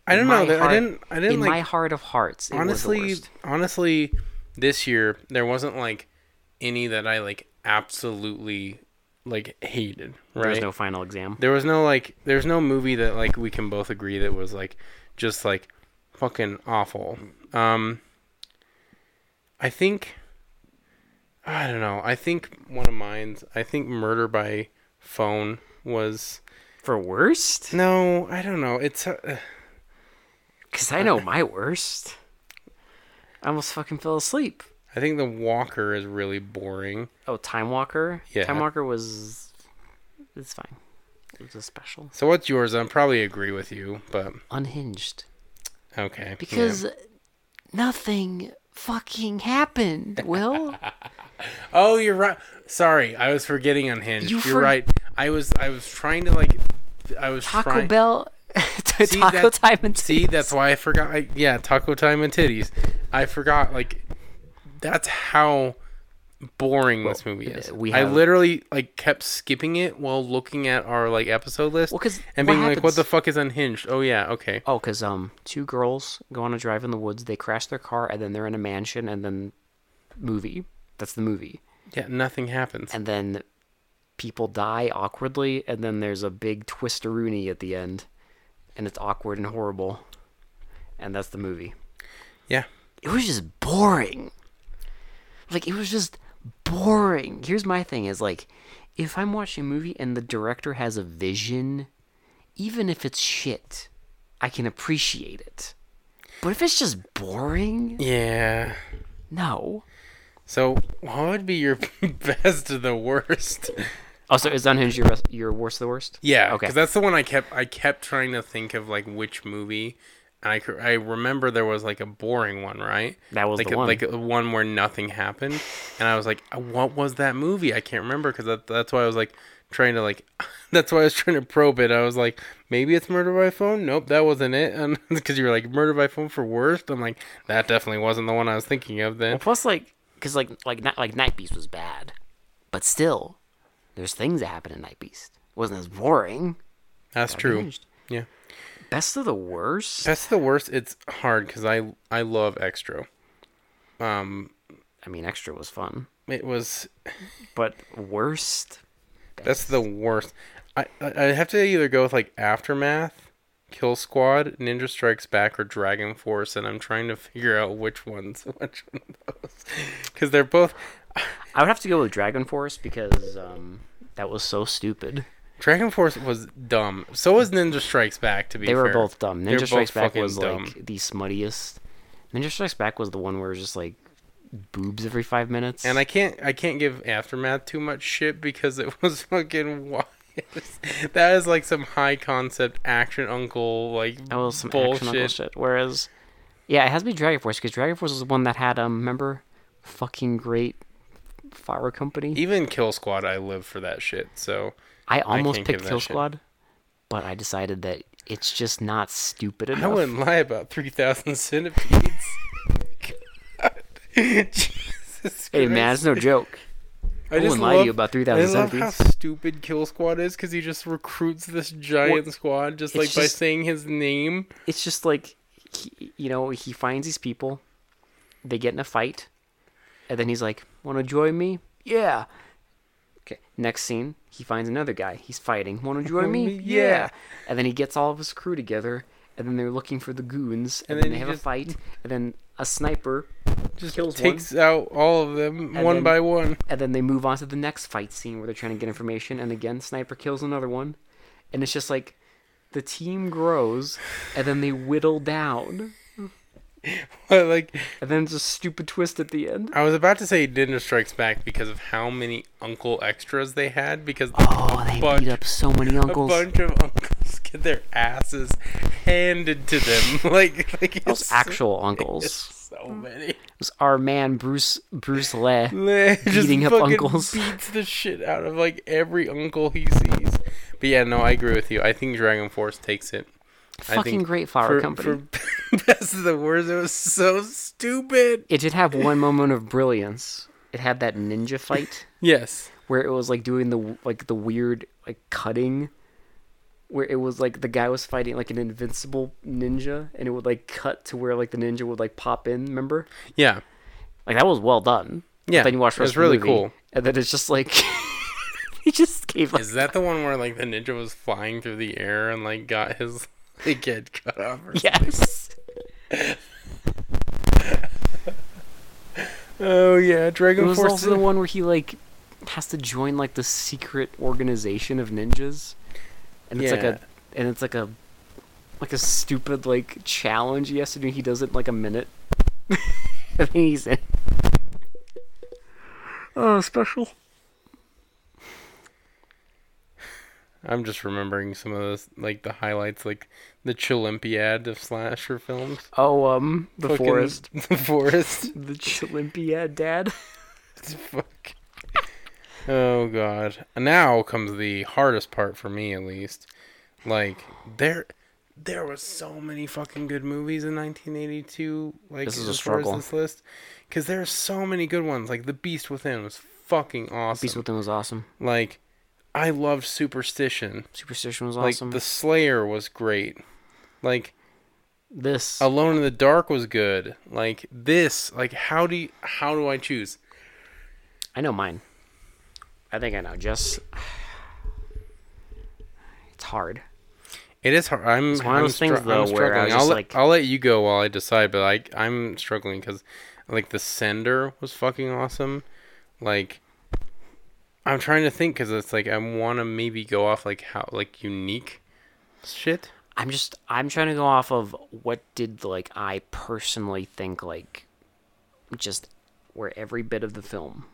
S1: I
S2: in
S1: don't know,
S2: my
S1: that- I didn't- I didn't,
S2: in
S1: like-
S2: my heart of hearts. It honestly,
S1: honestly honestly this year there wasn't like any that i like absolutely like hated right
S2: there was no final exam.
S1: there was no like there's no movie that like we can both agree that was like just like fucking awful um i think i don't know i think one of mine's i think murder by phone was
S2: For worst?
S1: no i don't know it's uh,
S2: Because I know my worst. I almost fucking fell asleep.
S1: i think the walker is really boring
S2: Oh, Time Walker?
S1: Yeah.
S2: Time Walker was. It's fine. It was a special.
S1: so what's yours i probably agree with you but
S2: Unhinged.
S1: Okay. yeah.
S2: Because nothing fucking happened, Will.
S1: Oh, you're right. Sorry, I was forgetting Unhinged. You
S2: You
S1: are
S2: for-
S1: right. I was I was trying to like I was
S2: Taco
S1: trying
S2: Bell.
S1: See,
S2: Taco
S1: that's-
S2: Time and
S1: See, that's why I forgot. I, yeah, Taco Time and Titties. I forgot like that's how boring this movie is.
S2: we
S1: I
S2: have-
S1: literally like kept skipping it while looking at our like episode list
S2: Well, 'cause
S1: and
S2: what
S1: being like what the
S2: happens-
S1: fuck is Unhinged? Oh yeah, okay.
S2: Oh, because um, two girls go on a drive in the woods. They crash their car, and then they're in a mansion, and then movie. That's the movie.
S1: Yeah, nothing happens.
S2: And then people die awkwardly, and then there's a big twisteroony at the end, and it's awkward and horrible. And that's the movie.
S1: yeah.
S2: It was just boring. Like it was just boring. Here's my thing: is like, if I'm watching a movie and the director has a vision, even if it's shit, I can appreciate it. But if it's just boring,
S1: Yeah.
S2: no.
S1: So, what would be your best of the worst?
S2: Also, is Unhinged your best, your worst of the worst?
S1: Yeah,
S2: Okay.
S1: because that's the one I kept. I kept trying to think of like which movie, and I cou- I remember there was like a boring one, right?
S2: That was
S1: like
S2: the
S1: a,
S2: one.
S1: like a one where nothing happened, and I was like, "Uh, what was that movie? I can't remember because that, that's why I was like trying to like that's why I was trying to probe it. I was like, maybe it's Murder by Phone. Nope, that wasn't it. And because you were like Murder by Phone for worst, I'm like that definitely wasn't the one I was thinking of. Then
S2: Plus, like, cause like like not like Night Beast was bad, but still, there's things that happen in Night Beast. It wasn't as boring.
S1: that's true.
S2: Unhinged.
S1: Yeah,
S2: Best of the worst.
S1: that's the worst. It's hard because I I love Extra. Um,
S2: I mean, Extra was fun,
S1: it was
S2: but worst.
S1: That's the worst. I I I have to either go with like Aftermath, Kill Squad, Ninja Strikes Back, or Dragon Force, and I'm trying to figure out which one's which one of those, because they're both
S2: I would have to go with Dragon Force because um, that was so stupid.
S1: Dragon Force was dumb. So was Ninja Strikes Back. To be
S2: They were
S1: fair.
S2: both dumb.
S1: They were
S2: Ninja Strikes
S1: both
S2: Back
S1: fucking
S2: was
S1: dumb.
S2: like the smuttiest. Ninja Strikes Back was the one where it was just like boobs every five minutes.
S1: And I can't I can't give Aftermath too much shit because it was fucking wild. that is like some high concept action uncle like
S2: that was some
S1: bullshit.
S2: action uncle shit. Whereas, yeah, it has to be Dragon Force because Dragon Force was the one that had um, remember, fucking great fire company.
S1: Even Kill Squad, I live for that shit. So
S2: I almost
S1: can't give
S2: picked
S1: that
S2: Kill
S1: shit.
S2: Squad, but I decided that it's just not stupid enough.
S1: I wouldn't lie about three thousand centipedes. God. Jesus
S2: hey
S1: Christ.
S2: man, it's no joke.
S1: I
S2: wouldn't lie to you about 3,000
S1: I love how
S2: centipedes.
S1: stupid Kill Squad is because he just recruits this giant squad just
S2: It's
S1: like by
S2: just-
S1: saying his name.
S2: It's just like, he, you know, he finds these people, they get in a fight, and then he's like, "Want to join me? Yeah." Okay. Next scene, he finds another guy. He's fighting. Want to join me?
S1: me?
S2: Yeah.
S1: Yeah."
S2: And then he gets all of his crew together, and then they're looking for the goons,
S1: And
S2: and, then,
S1: then
S2: they
S1: he
S2: have a
S1: just-
S2: fight, and then a sniper
S1: Just
S2: Kills one.
S1: takes out all of them one
S2: then-
S1: by one.
S2: and then they move on to the next fight scene where they're trying to get information and again sniper kills another one and it's just like the team grows and then they whittle down
S1: But like
S2: and then it's a stupid twist at the end
S1: I was about to say Dinner Strikes Back because of how many uncle extras they had because
S2: oh they
S1: bunch-
S2: beat up so many
S1: a
S2: uncles
S1: bunch of uncles get their asses handed to them. Like like it's
S2: those
S1: so-
S2: actual uncles
S1: so many.
S2: it was our man bruce bruce lee
S1: just
S2: Beating Mm. up
S1: fucking
S2: uncles.
S1: beats the shit out of like every uncle he sees. But yeah, no, I agree with you. I think Dragon Force takes it. I
S2: fucking
S1: think
S2: great fire
S1: for,
S2: company
S1: For best of the worst, it was so stupid.
S2: it did have one moment of brilliance it had that ninja fight
S1: Yes.
S2: where it was like doing the like the weird like cutting where it was like the guy was fighting like an invincible ninja and it would like cut to where like the ninja would like pop in remember
S1: Yeah.
S2: like that was well done But
S1: Yeah,
S2: then you watch
S1: it
S2: the
S1: was
S2: rest of the
S1: really
S2: movie,
S1: cool.
S2: and then it's just like he just gave like
S1: Is that the one where like the ninja was flying through the air and like got his like head cut off? Or...
S2: yes
S1: Oh yeah,
S2: it
S1: Dragon
S2: was
S1: Force.
S2: also the one where he like has to join like the secret organization of ninjas and it's like
S1: Yeah.
S2: a and it's like a like a stupid like challenge he has to do he does it in like a minute I think he's in oh special
S1: I'm just remembering some of those like the highlights, like the Chilympiad of slasher films.
S2: oh um the
S1: Fucking-
S2: forest
S1: The forest.
S2: the Chilympiad dad
S1: Fuck. Oh god. Now comes the hardest part for me at least. Like there there was so many fucking good movies in 1982 like
S2: This is a
S1: as far as
S2: struggle.
S1: this list cuz there are so many good ones. Like The Beast Within was fucking awesome.
S2: Beast Within was awesome
S1: like I loved Superstition.
S2: Superstition was
S1: Like
S2: awesome
S1: The Slayer was great. Like
S2: this
S1: Alone in the Dark was good. Like this, like how do you, how do I choose?
S2: I know mine. I think I know. Just it's hard.
S1: It is hard. I'm,
S2: one of
S1: I'm
S2: those things,
S1: str-
S2: though,
S1: I'm
S2: where I
S1: struggling.
S2: was just
S1: I'll, let-
S2: like-
S1: I'll let you go while I decide, but I, I'm struggling because, like, the sender was fucking awesome. Like, I'm trying to think because it's like I want to maybe go off like how like unique shit.
S2: I'm just I'm trying to go off of what did like I personally think like just where every bit of the film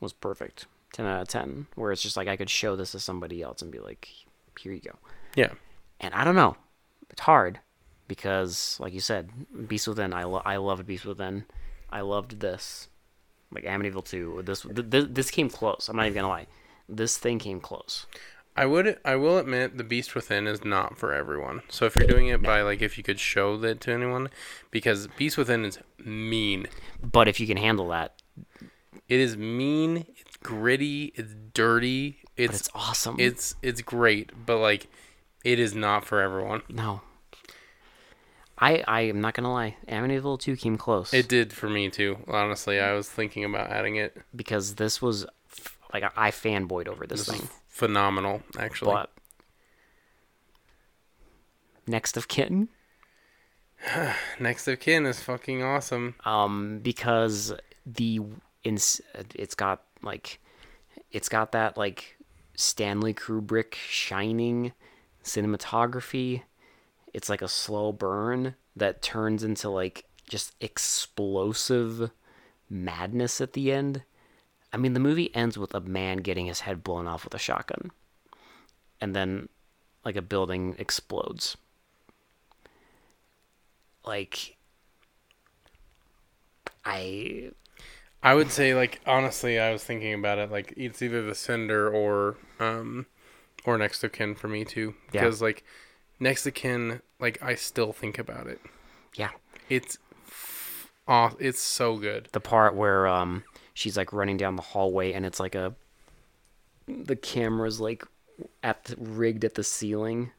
S2: was perfect. 10 out of 10 where it's just like I could show this to somebody else and be like here you go.
S1: Yeah,
S2: And I don't know. It's hard because like you said Beast Within I lo- I loved Beast Within. I loved this. Like Amityville 2 this th- th- this came close. I'm not even going to lie. This thing came close.
S1: I would. I will admit, the Beast Within is not for everyone. So if you're doing it by like if you could show that to anyone, because Beast Within is mean.
S2: But if you can handle that,
S1: It is mean. It's gritty. It's dirty. It's
S2: it's awesome.
S1: it's it's great, but like it is not for everyone.
S2: No. I I am not gonna lie. Amityville 2 came close
S1: It did for me too. Honestly, I was thinking about adding it.
S2: because this was f- like I fanboyed over this,
S1: This is
S2: thing.
S1: phenomenal, actually.
S2: But next of kin,
S1: Next of kin is fucking awesome.
S2: um, because the ins- it's got like it's got that like Stanley Kubrick shining cinematography. It's like a slow burn that turns into like just explosive madness at the end. I mean, the movie ends with a man getting his head blown off with a shotgun, and then like a building explodes. Like, I
S1: I would say, like honestly, I was thinking about it. Like it's either the sender or um, or next of kin for me too.
S2: Yeah.
S1: Because like next of kin, like I still think about it.
S2: yeah,
S1: It's aw- it's so good.
S2: the part where um she's like running down the hallway and it's like a the camera's like at the, rigged at the ceiling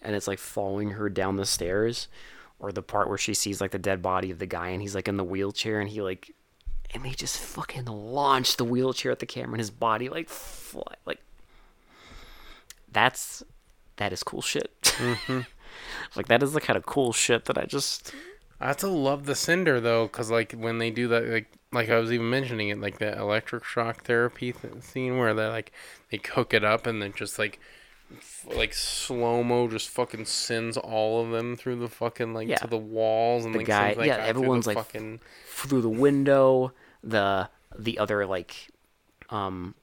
S2: and it's like following her down the stairs or the part where she sees like the dead body of the guy and he's like in the wheelchair and he like and they just fucking launch the wheelchair at the camera and his body like fly, like that's that is cool shit like that is the kind of cool shit that i just
S1: I still love the Cinder though, because like when they do that, like like I was even mentioning it, like that electric shock therapy th- scene where they like they cook it up and then just like f- like slow mo just fucking sends all of them through the fucking like
S2: Yeah.
S1: to the walls and the like,
S2: guy-
S1: sends that
S2: yeah,
S1: guy through
S2: everyone's,
S1: the
S2: like,
S1: fucking
S2: through the window the the other like um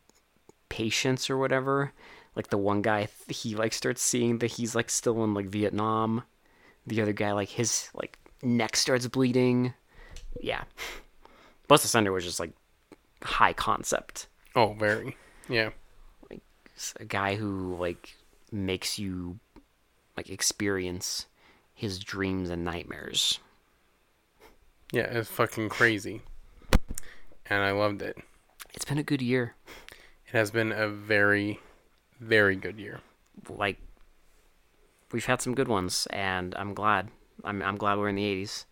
S2: patients or whatever like the one guy he like starts seeing that he's like still in like vietnam the other guy like his like neck starts bleeding yeah bust asunder was just like high concept
S1: oh very yeah
S2: s- a guy who like makes you like experience his dreams and nightmares
S1: yeah it's fucking crazy, and I loved it.
S2: it's been a good year
S1: It has been a very very good year.
S2: like we've had some good ones and I'm glad. I'm I'm glad we're in the 80s.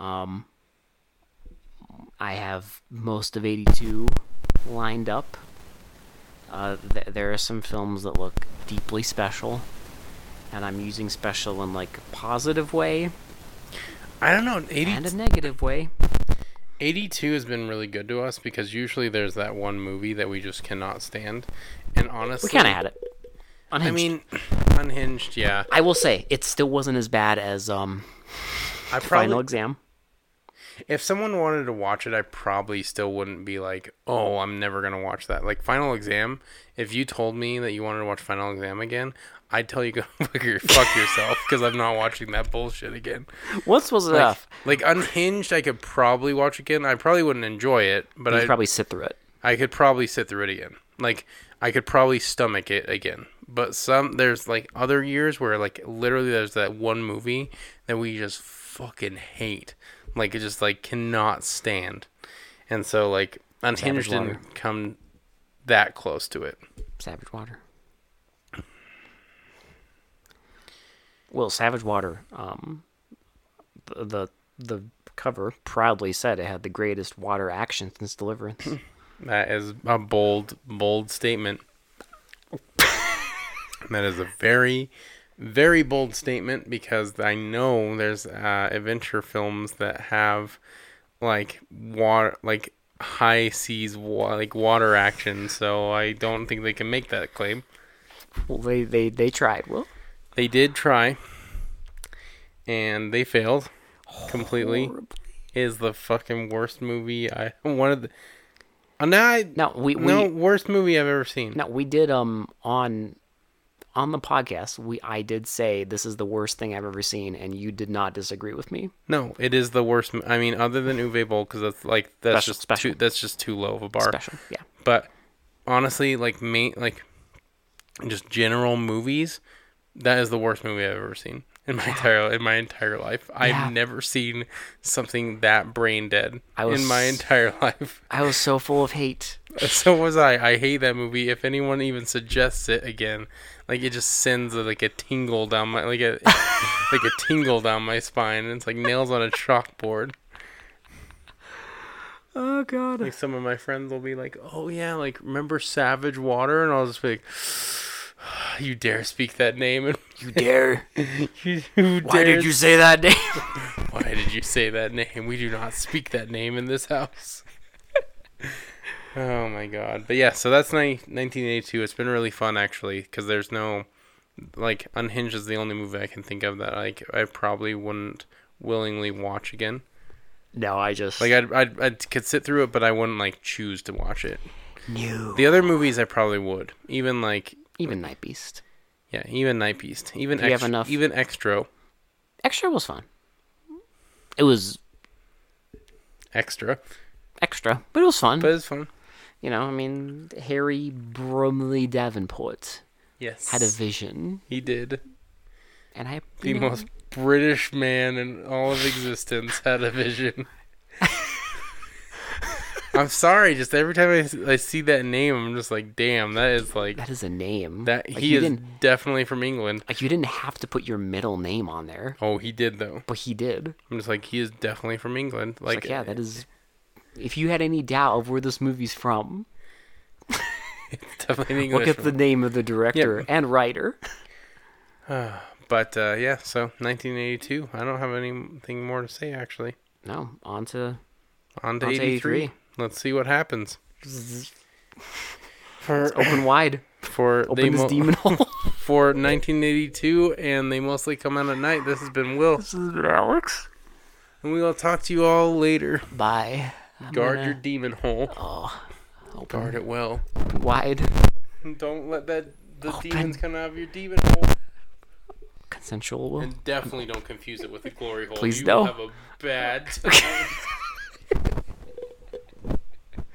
S2: Um I have most of 82 lined up. Uh th- there are some films that look deeply special and I'm using special in like a positive way
S1: I don't know. 80,
S2: and a negative way.
S1: 82 has been really good to us because usually there's that one movie that we just cannot stand. And honestly,
S2: We kind of had it.
S1: I
S2: Unhinged.
S1: mean, unhinged, yeah.
S2: I will say it still wasn't as bad as um
S1: I
S2: Final
S1: probably
S2: Exam.
S1: if someone wanted to watch it, I probably still wouldn't be like, "Oh, I'm never going to watch that." Like Final Exam, if you told me that you wanted to watch Final Exam again, I'd tell you go fuck your- fuck yourself because I'm not watching that bullshit again.
S2: Once was enough.
S1: Like Unhinged, I could probably watch again. I probably wouldn't enjoy it, but
S2: You
S1: I
S2: could probably sit through it.
S1: I could probably sit through it again. Like I could probably stomach it again. But some there's like other years where like literally there's that one movie that we just fucking hate. Like it just like cannot stand. And so like Unhinged
S2: Water.
S1: didn't come that close to it.
S2: Savage Water. Well, Savage Water, um, the, the the cover proudly said it had the greatest water action since Deliverance.
S1: Hmm. That is a bold bold statement. that is a very very bold statement because I know there's uh, adventure films that have like water like high seas wa- like water action so i don't think they can make that claim
S2: well, they, they they tried. Well,
S1: they did try and they failed completely It is the fucking worst movie i one of the uh, now I,
S2: no, we we
S1: no worst movie i've ever seen
S2: no we did um on on the podcast we I did say this is the worst thing I've ever seen, and you did not disagree with me.
S1: no it is the worst m- i mean other than uwe boll because that's like that's
S2: Special-
S1: just
S2: special.
S1: too that's just too low of a bar
S2: Special, yeah.
S1: But honestly, like me, like just general movies, that is the worst movie I've ever seen in my entire in my entire life.
S2: Yeah.
S1: I've never seen something that brain dead
S2: I was-
S1: in my entire life.
S2: I was so full of hate.
S1: so was I. I hate that movie. If anyone even suggests it again, like it just sends a, like a tingle down my like a like a tingle down my spine, and it's like nails on a chalkboard.
S2: Oh God.
S1: Like some of my friends will be like, "Oh yeah, like remember Savage Water?" And I'll just be like, "You dare speak that name?" And
S2: You dare?
S1: you, you
S2: Why
S1: dare?
S2: did you say that name?
S1: Why did you say that name? We do not speak that name in this house. oh my god! But yeah, so that's ni- 1982. It's been really fun actually, because there's no like Unhinged is the only movie I can think of that like I probably wouldn't willingly watch again.
S2: No, I just
S1: Like I'd, I'd I could sit through it, but I wouldn't like choose to watch it.
S2: knew
S1: The other movies I probably would. Even like
S2: even Night Beast.
S1: yeah, even Night Beast, even
S2: you have
S1: Ext-
S2: enough-
S1: even Extra,
S2: Extra was fun. It was
S1: Extra,
S2: extra, but it was fun.
S1: but it's fun.
S2: you know, I mean, Harry Bromley Davenport
S1: Yes,
S2: had a vision,
S1: he did.
S2: and I
S1: The most British man in all of existence had a vision. I'm sorry, just every time I, s- I see that name, I'm just like, damn, that is like
S2: that is a name
S1: that.
S2: Like,
S1: he
S2: you
S1: is
S2: didn't,
S1: definitely from England.
S2: like you didn't have to put your middle name on there,
S1: Oh, he did though.
S2: but he did.
S1: I'm just like, he is definitely from England.
S2: It's
S1: Like, eh,
S2: Like, yeah, that is. If you had any doubt of where this movie's from,
S1: definitely an English.
S2: look at the name of the director and writer.
S1: But uh, yeah, so 1982. I don't have anything more to say actually.
S2: No, on to
S1: On to
S2: On to
S1: 83.
S2: 83.
S1: Let's see what happens. For
S2: open wide,
S1: for
S2: open this
S1: mo-
S2: demon hole.
S1: for 1982, and they mostly come out at night. This has been Will,
S2: this is Alex.
S1: and we will talk to you all later.
S2: Bye. I'm
S1: Guard
S2: gonna
S1: your demon hole.
S2: Oh, open
S1: Guard it well.
S2: wide,
S1: Don't let that the
S2: Open.
S1: demons come out of your demon hole.
S2: consensual.
S1: And definitely don't confuse it with a glory hole.
S2: Please
S1: you
S2: no.
S1: will have a bad time.